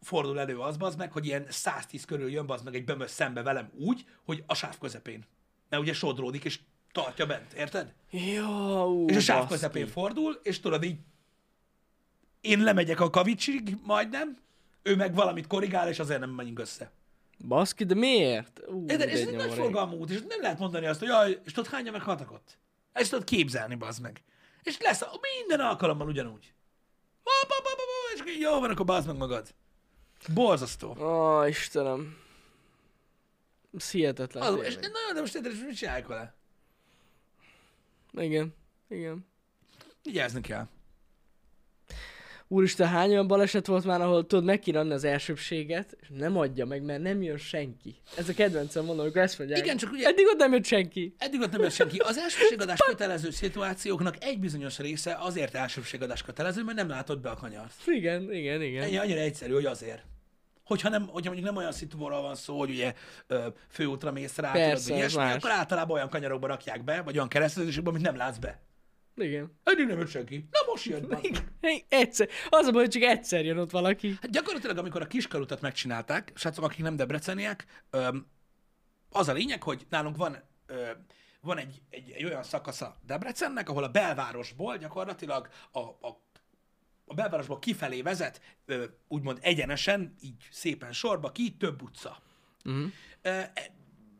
Speaker 1: fordul elő az, bazd meg, hogy ilyen 110 körül jön, bazd meg egy bömös szembe velem úgy, hogy a sáv közepén. Mert ugye sodródik, és tartja bent, érted?
Speaker 2: Jó,
Speaker 1: És a sáv
Speaker 2: baszki.
Speaker 1: közepén fordul, és tudod így, én lemegyek a kavicsig majdnem, ő meg valamit korrigál, és azért nem menjünk össze.
Speaker 2: Baszki, de miért? Ú,
Speaker 1: Érted? És
Speaker 2: de
Speaker 1: ez egy nagy
Speaker 2: nyomorék.
Speaker 1: forgalmú út, és nem lehet mondani azt, hogy jaj, és tudod hányan meghaltak ott? Ezt tudod képzelni, bazd meg. És lesz a- minden alkalommal ugyanúgy. Ba, ba, ba, ba, ba, és akkor így, jó van, akkor bazd meg magad. Borzasztó.
Speaker 2: Ó, Istenem. Ez hihetetlen.
Speaker 1: Az, és
Speaker 2: tényleg.
Speaker 1: nagyon nem most érted, és mit csinálják vele?
Speaker 2: Igen, igen.
Speaker 1: Vigyázni kell.
Speaker 2: Úristen, hány olyan baleset volt már, ahol tudod, meg kéne adni az elsőbséget, és nem adja meg, mert nem jön senki. Ez a kedvencem, mondom, amikor ezt mondják.
Speaker 1: Igen, csak ugye-
Speaker 2: Eddig ott nem jött senki.
Speaker 1: Eddig ott nem jött senki. Az elsőségadás kötelező szituációknak egy bizonyos része azért elsőségadás kötelező, mert nem látod be a kanyart.
Speaker 2: Igen, igen, igen.
Speaker 1: Ennyi annyira egyszerű, hogy azért. Hogyha, nem, hogyha mondjuk nem olyan szituáról van szó, hogy ugye ö, főútra mész rá, tudod,
Speaker 2: Persze,
Speaker 1: vagy ilyesmi,
Speaker 2: más.
Speaker 1: akkor általában olyan kanyarokba rakják be, vagy olyan keresztezésekbe, amit nem látsz be.
Speaker 2: Igen.
Speaker 1: Eddig nem jött senki. Na most jött be.
Speaker 2: Hey, Egyszer. Az a baj, hogy csak egyszer jön ott valaki.
Speaker 1: Hát gyakorlatilag, amikor a kiskarutat megcsinálták, srácok, akik nem debreceniek, öm, az a lényeg, hogy nálunk van, ö, van egy, egy, egy olyan szakasza Debrecennek, ahol a belvárosból gyakorlatilag a, a, a belvárosból kifelé vezet, ö, úgymond egyenesen, így szépen sorba ki, több utca. Ö, e,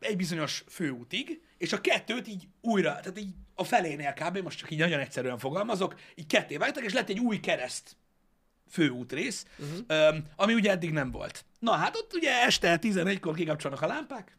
Speaker 1: egy bizonyos főútig, és a kettőt így újra, tehát így a felénél kb. most csak így nagyon egyszerűen fogalmazok, így ketté vágtak, és lett egy új kereszt főútrész, uh-huh. ami ugye eddig nem volt. Na hát ott ugye este 11-kor kikapcsolnak a lámpák,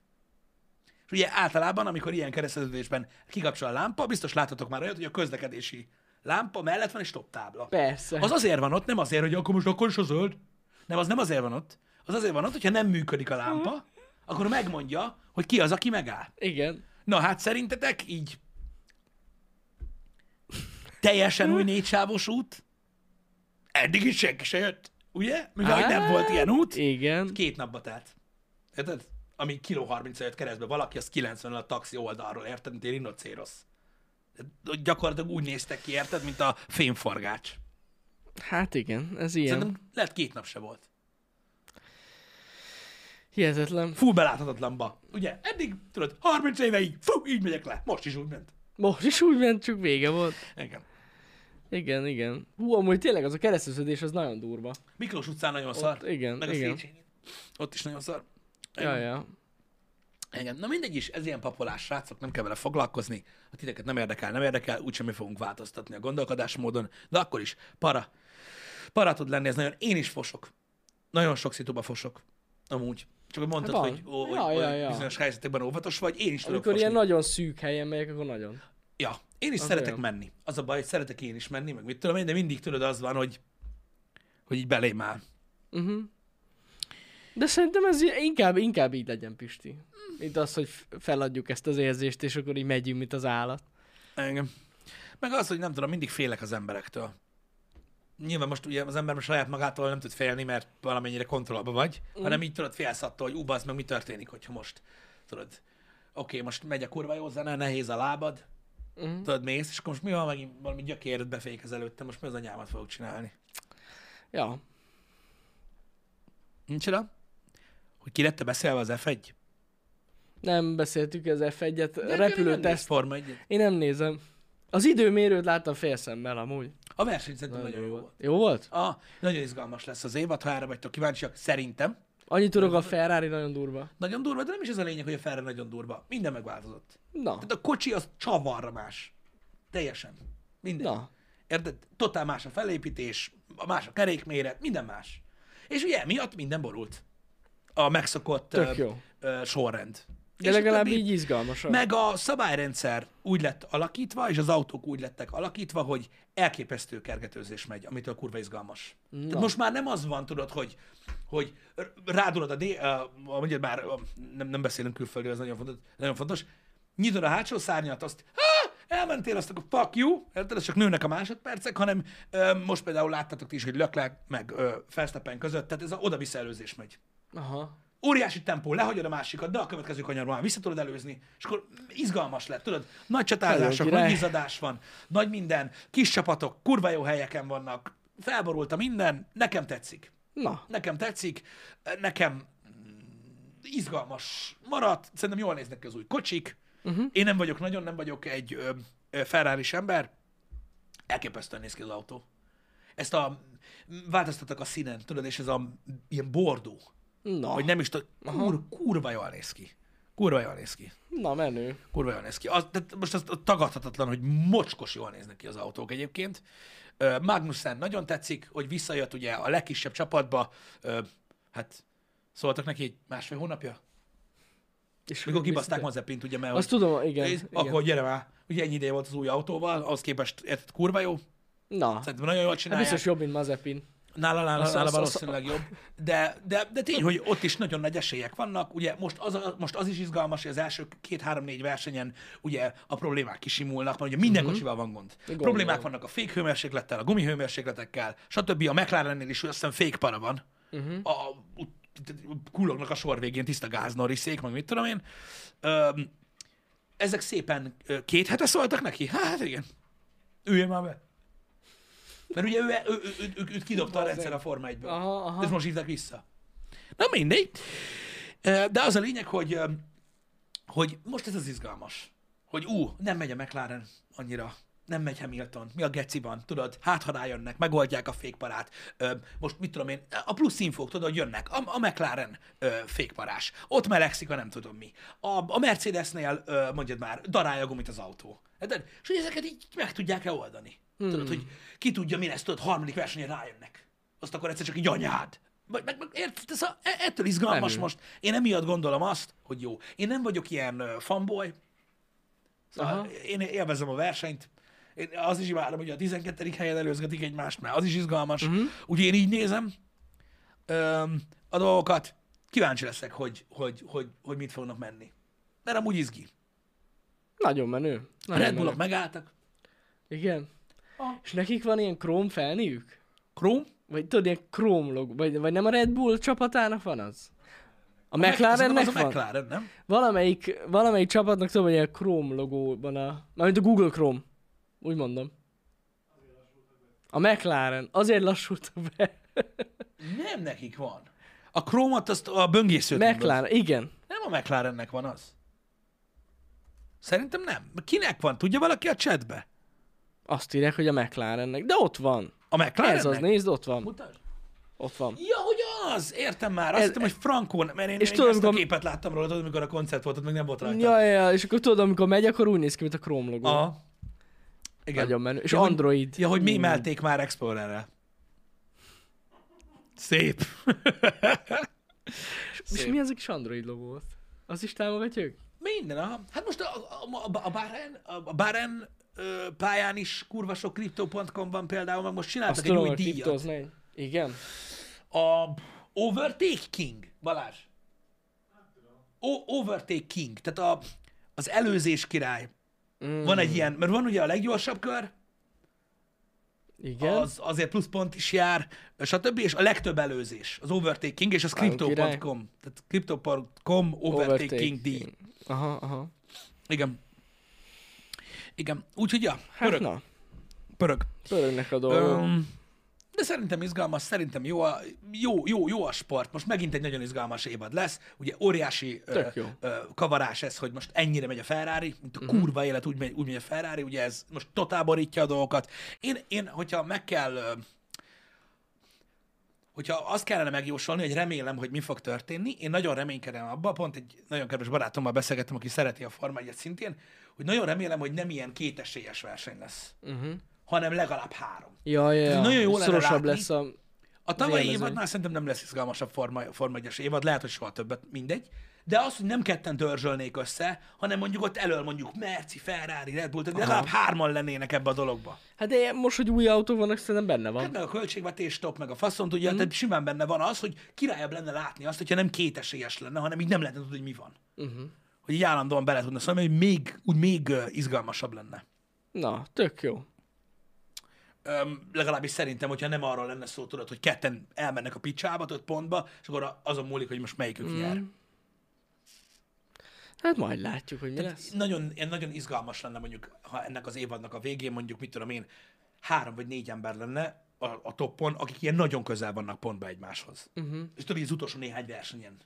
Speaker 1: és ugye általában, amikor ilyen kereszteződésben kikapcsol a lámpa, biztos láttatok már olyat, hogy a közlekedési lámpa mellett van egy stop tábla.
Speaker 2: Persze.
Speaker 1: Az azért van ott, nem azért, hogy akkor most akkor is a zöld. Nem, az nem azért van ott. Az azért van ott, hogyha nem működik a lámpa, akkor megmondja, hogy ki az, aki megáll.
Speaker 2: Igen.
Speaker 1: Na hát szerintetek így teljesen új négysávos út? Eddig is senki se jött, ugye? Mivel hogy nem volt ilyen út,
Speaker 2: Igen.
Speaker 1: két napba telt. Érted? Ami kiló 30 jött keresztbe valaki, az 90 a taxi oldalról, érted? Mint egy rinocérosz. Gyakorlatilag úgy néztek ki, érted? Mint a fémforgács.
Speaker 2: Hát igen, ez ilyen.
Speaker 1: Szerintem lehet két nap se volt.
Speaker 2: Hihetetlen.
Speaker 1: Fú, beláthatatlanba. Ugye, eddig, tudod, 30 éve így, fú, így megyek le. Most is úgy ment.
Speaker 2: Most is úgy ment, csak vége volt.
Speaker 1: Igen.
Speaker 2: Igen, igen. Hú, amúgy tényleg az a kereszteződés az nagyon durva.
Speaker 1: Miklós utcán nagyon szar.
Speaker 2: igen,
Speaker 1: Hát, Meg a
Speaker 2: igen.
Speaker 1: Széchenyi. Ott is nagyon szar.
Speaker 2: Ja, ja.
Speaker 1: Igen. Na mindegy is, ez ilyen papolás, srácok, nem kell vele foglalkozni. A titeket nem érdekel, nem érdekel, úgysem mi fogunk változtatni a gondolkodásmódon, de akkor is para. Para tud lenni ez nagyon. Én is fosok. Nagyon sok szituba fosok. amúgy. Csak hogy mondtad,
Speaker 2: Hát Van.
Speaker 1: hogy, ó, hogy,
Speaker 2: Ja,
Speaker 1: hogy
Speaker 2: ja, ja.
Speaker 1: bizonyos helyzetekben óvatos vagy, én is tudok
Speaker 2: Amikor ilyen
Speaker 1: fosni.
Speaker 2: nagyon szűk helyen megyek, akkor nagyon.
Speaker 1: Ja, én is szeretek
Speaker 2: olyan.
Speaker 1: menni. Az a baj, hogy szeretek én is menni, meg mit tudom én, de mindig tudod az van, hogy, hogy így belém áll. Mhm.
Speaker 2: Uh-huh. De szerintem ez i- inkább, inkább így legyen, Pisti. Mint az, hogy f- feladjuk ezt az érzést, és akkor így megyünk, mint az állat.
Speaker 1: Engem. Meg az, hogy nem tudom, mindig félek az emberektől. Nyilván most ugye az ember most saját magától nem tud félni, mert valamennyire kontrollba vagy, mm. hanem így tudod, félsz attól, hogy ubasz, meg mi történik, hogyha most, tudod, oké, okay, most megy a kurva jó zene, nehéz a lábad,
Speaker 2: Mhm.
Speaker 1: mm. tudod, mész, és akkor most mi van, megint valami gyökéret befékez előtte, most mi az anyámat fogok csinálni?
Speaker 2: Ja.
Speaker 1: Nincs oda? Hogy ki lett te beszélve az F1?
Speaker 2: Nem beszéltük ez F1-et,
Speaker 1: De
Speaker 2: repülő
Speaker 1: nem néz
Speaker 2: teszt.
Speaker 1: Forma 1
Speaker 2: Én nem nézem. Az időmérőt láttam félszemmel amúgy.
Speaker 1: A verseny szerintem nagyon, jó volt.
Speaker 2: Jó volt?
Speaker 1: Ah, nagyon izgalmas lesz az évad, ha erre vagytok kíváncsiak, szerintem.
Speaker 2: Annyit tudok, a Ferrari nagyon durva.
Speaker 1: Nagyon durva, de nem is ez a lényeg, hogy a Ferrari nagyon durva. Minden megváltozott.
Speaker 2: Na,
Speaker 1: Tehát a kocsi az csavarra más. Teljesen. Minden.
Speaker 2: na.
Speaker 1: Érted? Totál más a felépítés, a más a kerékméret, minden más. És ugye miatt minden borult. A megszokott
Speaker 2: Tök
Speaker 1: ö,
Speaker 2: jó.
Speaker 1: ö, sorrend.
Speaker 2: De
Speaker 1: És a
Speaker 2: legalább
Speaker 1: többi-
Speaker 2: így izgalmas.
Speaker 1: Meg a szabályrendszer úgy lett alakítva, és az autók úgy lettek alakítva, hogy elképesztő kergetőzés megy, amitől kurva izgalmas. Tehát most már nem az van, tudod, hogy, hogy r- rádulod a D, uh, mondjuk már ö, nem, nem beszélünk külföldről, ez nagyon fontos, nagyon fontos, nyitod a hátsó szárnyat, azt ha, elmentél, azt akkor fuck you, érted, ez csak nőnek a másodpercek, hanem ö, most például láttátok ti is, hogy Leclerc meg ö, Verstappen között, tehát ez a oda-vissza előzés megy
Speaker 2: Aha.
Speaker 1: óriási tempó, lehagyod a másikat, de a következő kanyarban már vissza tudod előzni, és akkor izgalmas lett, tudod? Nagy csatározások,
Speaker 2: Nagyon király.
Speaker 1: nagy izzadás van, nagy minden, kis csapatok, kurva jó helyeken vannak, felborult a minden, nekem tetszik.
Speaker 2: Na,
Speaker 1: Nekem tetszik, nekem mm, izgalmas maradt, szerintem jól néznek ki az új kocsik,
Speaker 2: Mhm.
Speaker 1: uh-huh. én nem vagyok nagyon, nem vagyok egy ö, ö, ferrari ember, elképesztően néz ki az autó. Ezt a, változtattak a színen, tudod, és ez a ilyen bordó,
Speaker 2: na,
Speaker 1: vagy nem is tudom, kur, kurva jól néz ki. Kurva jól néz ki.
Speaker 2: na menő.
Speaker 1: Kurva jól néz ki. Az, tehát most az tagadhatatlan, hogy mocskos jól néznek ki az autók egyébként. Ö, Magnussen nagyon tetszik, hogy visszajött ugye a legkisebb csapatba, Ö, hát szóltak neki egy másfél hónapja?
Speaker 2: És
Speaker 1: Mikor kibaszták Mazepint, ugye, mert
Speaker 2: Azt
Speaker 1: hogy,
Speaker 2: tudom, igen.
Speaker 1: ez,
Speaker 2: igen.
Speaker 1: akkor gyere már, ugye ennyi ideje volt az új autóval, ahhoz képest érted, kurva jó,
Speaker 2: Na, hát
Speaker 1: szerintem nagyon jól csinálják.
Speaker 2: biztos jobb, mint Mazepin.
Speaker 1: Nála, nála,
Speaker 2: Azt-
Speaker 1: nála
Speaker 2: azt- azt-
Speaker 1: valószínűleg jobb. De, de, de tény, hogy ott is nagyon nagy esélyek vannak. Ugye most az, a, most az is izgalmas, hogy az első két-három-négy versenyen ugye a problémák kisimulnak, mert ugye minden uh-huh. kocsival van gond.
Speaker 2: Gondolom.
Speaker 1: Problémák vannak a fékhőmérséklettel, a gumihőmérsékletekkel, stb. A McLarennél is azt hiszem fékpara van. Uh-huh. A, ut- kullognak a sor végén tiszta gáznoriszék, meg mit tudom én. Öm, ezek szépen ö, két hete szóltak neki? Hát igen. Üljön már be. Mert ugye ő, ő, ő, ő, ő, őt kidobta a rendszer a Forma 1-ből.
Speaker 2: Aha, aha.
Speaker 1: És most hívták vissza. Na mindegy. Ö, De az a lényeg, hogy, ö, hogy most ez az izgalmas. Hogy ú, nem megy a McLaren annyira. Nem megy Hamilton. Mi a geci van? Tudod, hát ha rájönnek, megoldják a fékparát. Ö, most mit tudom én, a plusz infók, tudod, hogy jönnek. A, a McLaren ö, fékparás. Ott melegszik a nem tudom mi. A, a Mercedesnél, ö, mondjad már, darálja a gumit az autó. Érted? És hogy ezeket így meg tudják-e oldani? Tudod, hogy ki tudja, mi lesz, tudod, harmadik versenyen rájönnek azt akkor egyszer csak így anyád. Vagy meg, meg érted, ez a, e- ettől izgalmas
Speaker 2: Menő.
Speaker 1: most. Én emiatt gondolom azt, hogy jó. Én nem vagyok ilyen ö, fanboy, szóval
Speaker 2: Aha.
Speaker 1: én élvezem a versenyt, én az is imádom, hogy a 12. helyen előzgetik egymást, mert az is izgalmas.
Speaker 2: Mhm.
Speaker 1: Uh-huh. Ugye én így nézem öm, a dolgokat, kíváncsi leszek, hogy, hogy, hogy, hogy mit fognak menni. Mert amúgy izgi.
Speaker 2: Nagyon menő.
Speaker 1: A
Speaker 2: Nagyon
Speaker 1: Red Bullok
Speaker 2: menő.
Speaker 1: megálltak.
Speaker 2: Igen.
Speaker 1: Aha.
Speaker 2: És nekik van ilyen króm felniük?
Speaker 1: Chrome?
Speaker 2: Vagy tudod, ilyen króm log, vagy, vagy nem a Red Bull csapatának van az? A
Speaker 1: Szerintem
Speaker 2: McLarennek
Speaker 1: az a
Speaker 2: van?
Speaker 1: McLaren, nem?
Speaker 2: Valamelyik, valamelyik csapatnak tudom, hogy ilyen Chrome logóban a... Mármint a Google Chrome. Úgy mondom. A McLaren. Azért lassult be.
Speaker 1: Nem nekik van. A Chrome-ot azt a böngészőt mondod.
Speaker 2: McLaren, igen.
Speaker 1: Nem a McLarennek van az. Szerintem nem. Kinek van? Tudja valaki a chatbe?
Speaker 2: Azt írják, hogy a McLarennek. De ott van.
Speaker 1: A McLarennek?
Speaker 2: Ez az, nézd, ott van.
Speaker 1: Mutasd.
Speaker 2: Ott van.
Speaker 1: Ja, hogy az! Értem már. Azt
Speaker 2: Ez-
Speaker 1: hittem, hogy Frankon, mert én,
Speaker 2: És
Speaker 1: én
Speaker 2: tudom,
Speaker 1: ezt a
Speaker 2: amikor-
Speaker 1: képet láttam róla, tudod, amikor a koncert volt, ott még nem volt rajta.
Speaker 2: Ja, ja, ja, és akkor tudod, amikor megy, akkor úgy néz ki, mint a Chrome logó.
Speaker 1: Aha. Ah, Igen.
Speaker 2: Nagyon menő. És
Speaker 1: Ja, hogy-
Speaker 2: Android.
Speaker 1: Ja, hogy mémelték már Explorerre. Szép.
Speaker 2: És, és
Speaker 1: Szép.
Speaker 2: mi az a kis Android logó ott? Az is támogatja ők?
Speaker 1: Minden, aha. Hát most a, a, a, a Baren, a, a Baren ö, pályán is kurva sok Crypto.com van például, meg most
Speaker 2: Azt
Speaker 1: csináltak egy
Speaker 2: tudom,
Speaker 1: új
Speaker 2: hogy
Speaker 1: díjat.
Speaker 2: kriptoz megy. Igen.
Speaker 1: A Overtake King, Balázs. O, Overtake King, tehát a, az előzés király.
Speaker 2: Mm,
Speaker 1: Van egy ilyen, mert van ugye a leggyorsabb kör,
Speaker 2: Igen.
Speaker 1: az azért pluszpont is jár, stb. És a legtöbb előzés, az Overtake King, és az
Speaker 2: Nagyon király.
Speaker 1: Crypto.com. Tehát Crypto.com Overtake King díj.
Speaker 2: Aha, aha.
Speaker 1: Igen. Igen. Úgyhogy ja,
Speaker 2: Hát
Speaker 1: pörög,
Speaker 2: na,
Speaker 1: pörög.
Speaker 2: pörögnek a dolgok.
Speaker 1: Öm, de szerintem izgalmas, szerintem jó a, jó, jó, jó a sport. Most megint egy nagyon izgalmas évad lesz. Ugye óriási ö,
Speaker 2: Tök jó. Mhm.
Speaker 1: ö, kavarás ez, hogy most ennyire megy a Ferrari, mint a kurva élet, úgy megy, úgy megy a Ferrari, ugye ez most totál borítja a dolgokat. Én, én hogyha meg kell, ö, hogyha azt kellene megjósolni, hogy remélem, hogy mi fog történni, én nagyon reménykedem abba, pont egy nagyon kedves barátommal beszélgettem, aki szereti a Forma 1 szintén, hogy nagyon remélem, hogy nem ilyen kétesélyes verseny lesz,
Speaker 2: Uh-huh.
Speaker 1: hanem legalább három.
Speaker 2: Ja, ja, ja.
Speaker 1: nagyon jó lenne
Speaker 2: Szorosabb
Speaker 1: látni.
Speaker 2: lesz a...
Speaker 1: A tavalyi
Speaker 2: Vélező.
Speaker 1: évadnál szerintem nem lesz izgalmasabb Forma, Forma 1 évad, lehet, hogy soha többet, mindegy. De az, hogy nem ketten dörzsölnék össze, hanem mondjuk ott elől mondjuk Merci, Ferrari, Red Bull, tehát legalább hárman lennének ebbe a dologba.
Speaker 2: Hát de most, hogy új autók vannak, szerintem benne van.
Speaker 1: Hát meg a költségvetés, top, meg a faszon, tudja, mm. tehát simán benne van az, hogy királyabb lenne látni azt, hogyha nem kétesélyes lenne, hanem így nem lehetne tudni, hogy mi van.
Speaker 2: Uh-huh.
Speaker 1: Hogy így állandóan bele tudna szólni, hogy még, úgy még ö, izgalmasabb lenne.
Speaker 2: Na, tök jó.
Speaker 1: Öm, legalábbis szerintem, hogyha nem arról lenne szó, tudod, hogy ketten elmennek a picsába, öt pontba, és akkor a- azon múlik, hogy most melyikük mm. nyer.
Speaker 2: Hát majd látjuk, hogy mi lesz.
Speaker 1: Nagyon, én nagyon izgalmas lenne mondjuk, ha ennek az évadnak a végén mondjuk, mit tudom én, három vagy négy ember lenne a, a toppon, akik ilyen nagyon közel vannak pontba egymáshoz. Uh-huh. És tudod, így az utolsó néhány versenyen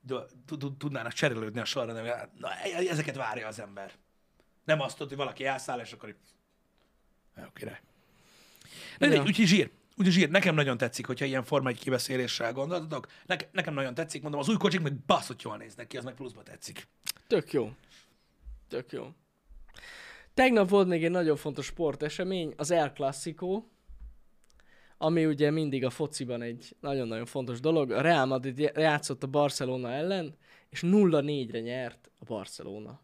Speaker 1: de- tud- tud- tudnának cserélődni a sorra, de na, e- ezeket várja az ember. Nem azt tudod, hogy valaki elszáll, és akkor így... Jó, király. Na,
Speaker 2: Ja.
Speaker 1: ja. Úgyhogy zsír. Úgyhogy zsír. Nekem nagyon tetszik, hogyha ilyen Forma 1 kibeszéléssel gondoltatok. Ne, nekem nagyon tetszik, mondom, az új kocsik meg baszott jól néznek ki, az meg pluszba tetszik.
Speaker 2: Tök jó. Tök jó. Tegnap volt még egy nagyon fontos sportesemény, az El Clasico, ami ugye mindig a fociban egy nagyon-nagyon fontos dolog. A Real Madrid já- játszott a Barcelona ellen, és 0-4-re nyert a Barcelona.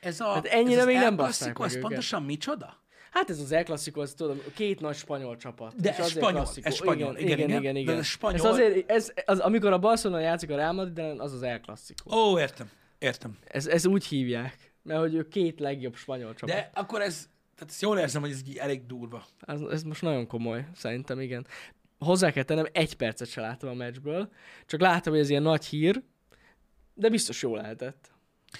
Speaker 1: Ez a,
Speaker 2: Hát ennyire
Speaker 1: ez az
Speaker 2: még nem
Speaker 1: El
Speaker 2: basszák
Speaker 1: Clasico,
Speaker 2: meg
Speaker 1: ez
Speaker 2: őket.
Speaker 1: pontosan micsoda?
Speaker 2: Hát ez az El Clasico, ez tudom, két nagy spanyol csapat.
Speaker 1: De
Speaker 2: és
Speaker 1: ez
Speaker 2: azért
Speaker 1: spanyol,
Speaker 2: Clasico.
Speaker 1: ez spanyol, igen,
Speaker 2: igen,
Speaker 1: igen.
Speaker 2: igen,
Speaker 1: De
Speaker 2: igen.
Speaker 1: ez spanyol.
Speaker 2: Ez azért, ez, az, amikor a Barcelona játszik a Real Madrid ellen, az az El Clasico.
Speaker 1: Ó, értem, értem.
Speaker 2: Ez, ez úgy hívják, mert hogy ők két legjobb spanyol csapat.
Speaker 1: De akkor ez, tehát ezt jól érzem, hogy ez így elég durva.
Speaker 2: Ez, ez most nagyon komoly, szerintem igen. Hozzá kell tennem, egy percet se láttam a meccsből, csak láttam, hogy ez ilyen nagy hír, de biztos jó lehetett.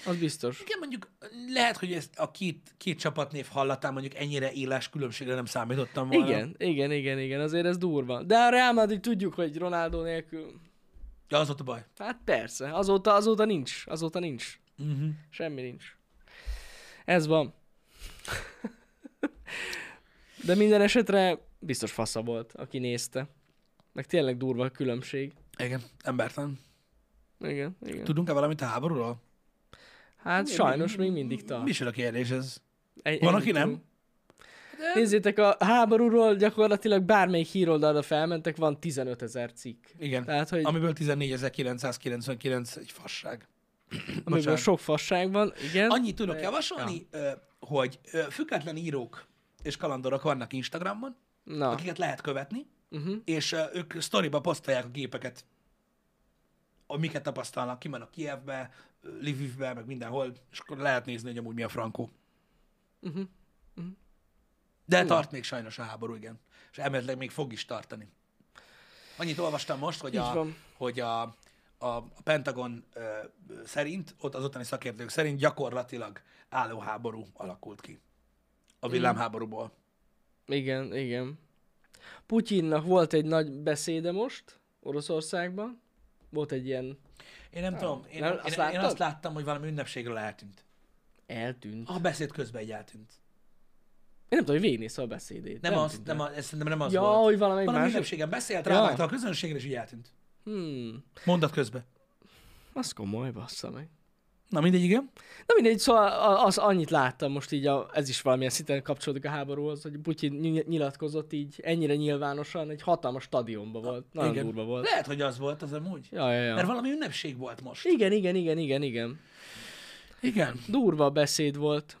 Speaker 2: Az biztos.
Speaker 1: Igen, mondjuk lehet, hogy ezt a két, két csapatnév hallatán mondjuk ennyire éles különbségre nem számítottam volna.
Speaker 2: Igen, igen, igen, igen, azért ez durva. De a Real Madrid tudjuk, hogy Ronaldo nélkül,
Speaker 1: Ja, az volt a baj.
Speaker 2: hát persze, azóta, azóta nincs, azóta nincs,
Speaker 1: Uh-huh.
Speaker 2: semmi nincs. Ez van. De minden esetre biztos fasza volt, aki nézte. Meg tényleg durva a különbség.
Speaker 1: Igen, embertelen.
Speaker 2: Igen, igen.
Speaker 1: Tudunk-e valamit a háborúról?
Speaker 2: Hát sajnos még mindig tart.
Speaker 1: Mi is a kérdés ez?
Speaker 2: Egy,
Speaker 1: Van,
Speaker 2: ennyit
Speaker 1: aki nem?
Speaker 2: tudunk. Nézzétek, a háborúról gyakorlatilag bármelyik híroldalra felmentek, van 15 ezer cikk.
Speaker 1: Igen.
Speaker 2: Tehát, hogy
Speaker 1: Amiből 14.999 egy fasság.
Speaker 2: amiből
Speaker 1: bocsánat.
Speaker 2: sok fasság van, igen.
Speaker 1: Annyit tudok javasolni, ö, hogy ö, független írók és kalandorok vannak Instagramon,
Speaker 2: Na,
Speaker 1: akiket lehet követni,
Speaker 2: uh-huh.
Speaker 1: és ö, ők sztoriba posztolják a gépeket, amiket tapasztalnak, kimennek Kievbe, ö, Lvivbe, meg mindenhol, és akkor lehet nézni, hogy amúgy mi a frankó.
Speaker 2: Uh-huh.
Speaker 1: De tart még sajnos a háború, igen. És elméletileg még fog is tartani. Annyit olvastam most, hogy,
Speaker 2: Így
Speaker 1: a,
Speaker 2: van.
Speaker 1: hogy a, a, a Pentagon ö, ö, szerint, ott az ottani szakértők szerint gyakorlatilag álló háború alakult ki. A
Speaker 2: Mhm.
Speaker 1: villámháborúból.
Speaker 2: igen, igen. Putyinnak volt egy nagy beszéde most Oroszországban. Volt egy ilyen...
Speaker 1: Én nem tudom, én,
Speaker 2: Nem,
Speaker 1: nem,
Speaker 2: azt
Speaker 1: én, én
Speaker 2: láttad?
Speaker 1: azt láttam, hogy valami ünnepségről eltűnt.
Speaker 2: Eltűnt.
Speaker 1: A beszéd közben egy eltűnt.
Speaker 2: Én nem tudom, hogy végignézte a beszédét.
Speaker 1: Nem, nem az,
Speaker 2: tudom.
Speaker 1: nem, a, ez szerintem nem az
Speaker 2: Ja,
Speaker 1: volt.
Speaker 2: hogy valamelyik
Speaker 1: Valami
Speaker 2: másik-
Speaker 1: ünnepségen beszélt,
Speaker 2: Ja.
Speaker 1: rávágta a közönségre, és így eltűnt.
Speaker 2: Hmm.
Speaker 1: Mondat közben.
Speaker 2: Az komoly, bassza meg.
Speaker 1: Na mindegy, igen.
Speaker 2: Na mindegy, szóval a- az annyit láttam most így, a, ez is valamilyen szinten kapcsolódik a háborúhoz, hogy Putyin ny- nyilatkozott így ennyire nyilvánosan, egy hatalmas stadionban volt. Nagyon
Speaker 1: Ah, igen.
Speaker 2: igen. durva volt.
Speaker 1: Lehet, hogy az volt az amúgy. Ja.
Speaker 2: Ja, ja,
Speaker 1: Mert
Speaker 2: ja.
Speaker 1: valami ünnepség volt most.
Speaker 2: Igen, igen, igen, igen, igen.
Speaker 1: Igen.
Speaker 2: Durva a beszéd volt.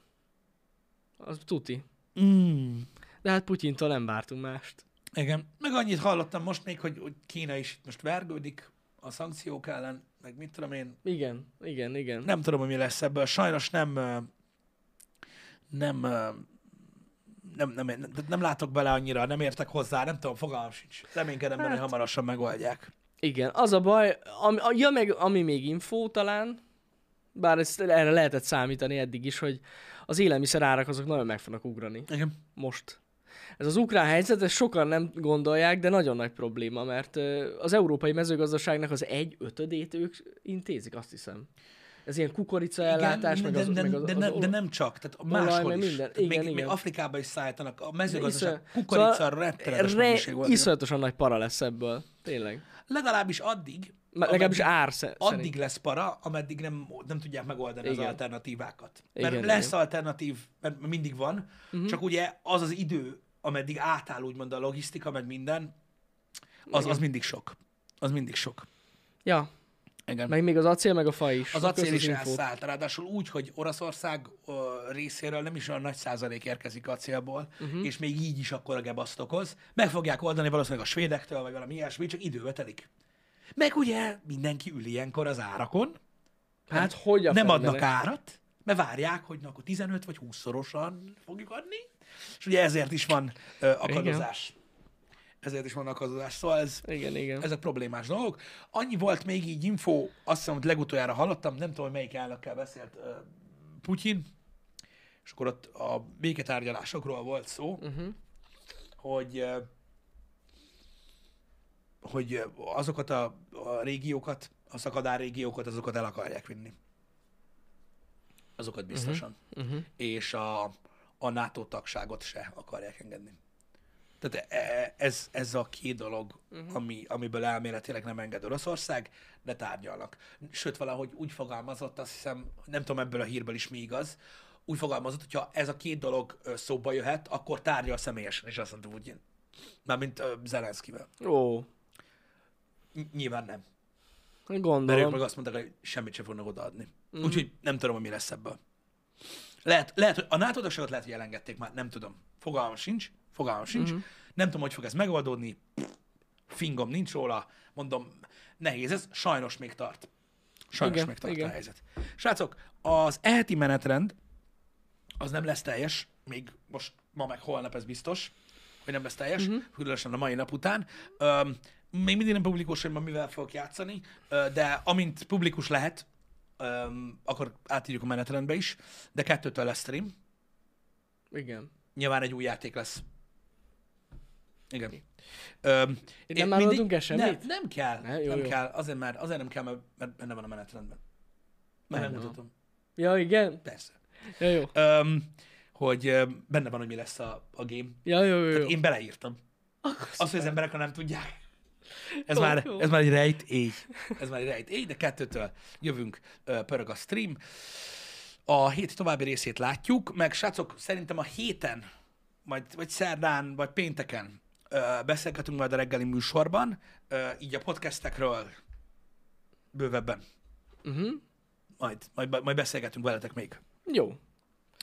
Speaker 2: Az tuti.
Speaker 1: Mm.
Speaker 2: De hát Putyintól nem vártunk mást.
Speaker 1: Igen. Meg annyit hallottam most még, hogy, hogy Kína is itt most vergődik a szankciók ellen, meg mit tudom én.
Speaker 2: Igen, igen, igen.
Speaker 1: Nem tudom, hogy mi lesz ebből. Sajnos nem ö, nem ö, nem, nem, nem, tehát nem látok bele annyira, nem értek hozzá, nem tudom, fogalmam sincs. Reménykedem benne, hogy hamarosan megoldják.
Speaker 2: Igen, az a baj, ami, a- ja meg ami még infó talán, bár ezt erre lehetett számítani eddig is, hogy az élelmiszerárak azok nagyon meg fognak ugrani
Speaker 1: Igen.
Speaker 2: most. Ez az ukrán helyzet, ezt sokan nem gondolják, de nagyon nagy probléma, mert ö, az európai mezőgazdaságnak az egy ötödét ők intézik, azt hiszem. Ez ilyen kukorica ellátás,
Speaker 1: de,
Speaker 2: meg az,
Speaker 1: de,
Speaker 2: meg az,
Speaker 1: de,
Speaker 2: az
Speaker 1: ne-
Speaker 2: olaj-
Speaker 1: de, nem csak, tehát
Speaker 2: olaj,
Speaker 1: máshol
Speaker 2: meg
Speaker 1: is.
Speaker 2: minden.
Speaker 1: Tehát
Speaker 2: Igen,
Speaker 1: még, még
Speaker 2: igen.
Speaker 1: Afrikába is szállítanak. A
Speaker 2: Iszony-
Speaker 1: mezőgazdaság kukorica
Speaker 2: szóval
Speaker 1: rettenetes
Speaker 2: re-
Speaker 1: mennyiség volt.
Speaker 2: Iszonyatosan nagy para lesz ebből, tényleg.
Speaker 1: Legalábbis addig,
Speaker 2: Már legalábbis
Speaker 1: ameddig-
Speaker 2: ár sze- szerint.
Speaker 1: addig lesz para, ameddig nem, nem tudják megoldani igen. az
Speaker 2: Igen.
Speaker 1: alternatívákat. Mert
Speaker 2: Igen, Mhm.
Speaker 1: lesz alternatív, mert mindig van, uh-huh. csak ugye az az idő, ameddig átáll úgymond a logisztika, meg minden, az, az mindig sok. Az mindig sok.
Speaker 2: Ja,
Speaker 1: Igen.
Speaker 2: meg még az acél, meg a fa is.
Speaker 1: az acél
Speaker 2: Kösz
Speaker 1: is
Speaker 2: infót.
Speaker 1: elszállt, ráadásul úgy, hogy Oroszország ö, részéről nem is olyan nagy százalék érkezik acélból,
Speaker 2: Mhm.
Speaker 1: uh-huh. és még így is akkor a gebaszt okoz. Meg fogják oldani valószínűleg a svédektől, vagy valami ilyesmi, csak időbe telik. Meg ugye mindenki ül ilyenkor az árakon,
Speaker 2: Hát hogy a
Speaker 1: nem
Speaker 2: fendenek?
Speaker 1: adnak árat, mert várják, hogy na, akkor 15 vagy 20 szorosan fogjuk adni, és ugye ezért is van ö, akadozás. Ezért is van akadozás. Szóval ez,
Speaker 2: Igen, igen.
Speaker 1: ezek problémás dolgok. Annyi volt még így info, azt hiszem, hogy legutoljára hallottam, nem tudom, hogy melyik elnökkel beszélt ö, Putyin, és akkor ott a béketárgyalásokról volt szó, uh-huh. hogy ö, hogy ö, azokat a, a régiókat, a szakadár régiókat, azokat el akarják vinni. Azokat biztosan. Uh-huh. Uh-huh. És a, a NATO tagságot se akarják engedni. Tehát e- ez, ez a két dolog, uh-huh. ami, amiből elméletileg nem enged Oroszország, de tárgyalnak. Sőt, valahogy úgy fogalmazott, azt hiszem, nem tudom, ebből a hírből is mi igaz, úgy fogalmazott, hogyha ez a két dolog ö, szóba jöhet, akkor tárgyal személyesen is, azt mondta Putyin. Mármint ö, Zelenszkivel.
Speaker 2: Ó,
Speaker 1: Ny- Nyilván nem. Mert ők
Speaker 2: gondolom.
Speaker 1: meg azt mondták, hogy semmit sem fognak odaadni. Mm. Úgyhogy nem tudom, hogy mi lesz ebből. Lehet, lehet, hogy a nato tagságot lehet, hogy elengedték már, nem tudom. Fogalmam sincs, fogalmam sincs. Mm. Nem tudom, hogy fog ez megoldódni. Fingom nincs róla. Mondom, nehéz ez, sajnos még tart. Sajnos igen,
Speaker 2: Igen,
Speaker 1: még tart igen.
Speaker 2: igen.
Speaker 1: a helyzet. Srácok, az eheti menetrend az nem lesz teljes, még most ma meg holnap ez biztos, hogy nem lesz teljes, uh-huh. különösen a mai nap után. Öm, még mindig nem publikus, hogy ma mivel fogok játszani, ö, de amint publikus lehet, öm, akkor átírjuk a menetrendbe is, de kettőtől lesz stream.
Speaker 2: Igen.
Speaker 1: Nyilván egy új játék lesz. Igen. Öm,
Speaker 2: Itt
Speaker 1: én
Speaker 2: nem állodunk el
Speaker 1: nem,
Speaker 2: semmit?
Speaker 1: nem kell,
Speaker 2: Ne,
Speaker 1: ne,
Speaker 2: jó,
Speaker 1: nem
Speaker 2: jó.
Speaker 1: kell, azért, mert, azért nem kell, mert, mert benne van a menetrendben. Mert
Speaker 2: Benne van.
Speaker 1: megmutatom.
Speaker 2: Ja, igen?
Speaker 1: Persze.
Speaker 2: Ja, jó.
Speaker 1: Öm, hogy öm, benne van, hogy mi lesz a, a game.
Speaker 2: Ja, jó, jó, jó.
Speaker 1: Én beleírtam. Azt, hogy az emberek ha nem tudják. Ez,
Speaker 2: Jó,
Speaker 1: már,
Speaker 2: jó.
Speaker 1: ez már egy rejtély. Ez már egy rejtély, de kettőtől jövünk, ö, pörög a stream. A hét további részét látjuk, meg srácok, szerintem a héten, majd, vagy szerdán, vagy pénteken ö, beszélgetünk majd a reggeli műsorban, ö, így a podcastekről bővebben.
Speaker 2: Uh-huh.
Speaker 1: Majd, majd, majd beszélgetünk veletek még.
Speaker 2: Jó.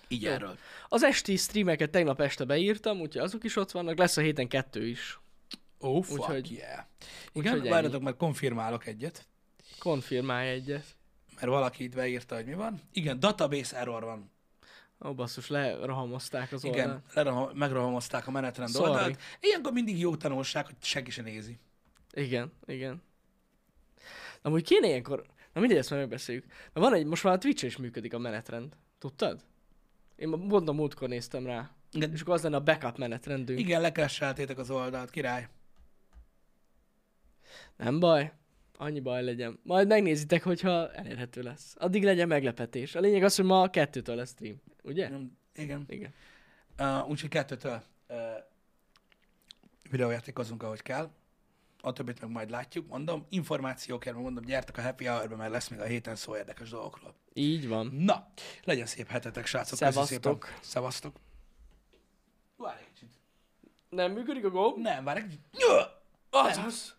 Speaker 1: Így
Speaker 2: Jó.
Speaker 1: erről.
Speaker 2: Az esti streameket tegnap este beírtam, úgyhogy azok is ott vannak. Lesz a héten kettő is.
Speaker 1: Oh, fuck
Speaker 2: Úgyhogy-
Speaker 1: yeah.
Speaker 2: úgyhogy
Speaker 1: Igen,
Speaker 2: ennyi.
Speaker 1: várjatok, mert konfirmálok egyet.
Speaker 2: Konfirmálj egyet.
Speaker 1: mert valaki itt beírta, hogy mi van. Igen, database error van.
Speaker 2: Ó, basszus, lerahamozták az
Speaker 1: Igen,
Speaker 2: oldalt.
Speaker 1: leraha- megrohamozták a menetrend
Speaker 2: Sorry.
Speaker 1: oldalt. Ilyenkor mindig jó tanulság, hogy senki se nézi.
Speaker 2: Igen, igen. Na, Amúgy kéne ilyenkor... Na mindegy, ezt már megbeszéljük. Mert van egy, most már a Twitch is működik a menetrend. Tudtad? Én mondom, múltkor néztem rá.
Speaker 1: Igen.
Speaker 2: És akkor az lenne a backup menetrendünk.
Speaker 1: Igen, lekresseltétek az oldalt, király.
Speaker 2: Nem baj. Annyi baj legyen. Majd megnézitek, hogyha elérhető lesz. Addig legyen meglepetés. A lényeg az, hogy ma a kettőtől lesz stream. Ugye?
Speaker 1: Nem, Igen.
Speaker 2: Igen.
Speaker 1: Uh, úgyhogy kettőtől uh, videójátékozunk, ahogy kell. a többit meg majd látjuk, mondom, információkért meg mondom, gyertek a happy hour mert lesz még a héten szó érdekes dolgokról.
Speaker 2: Így van.
Speaker 1: Na, legyen szép hetetek, srácok. köszi
Speaker 2: Szevasztok.
Speaker 1: szépen. Szevasztok. Várj egy kicsit.
Speaker 2: Nem működik a gomb?
Speaker 1: Nem, várj egy kicsit. Nyö! Az!
Speaker 2: az.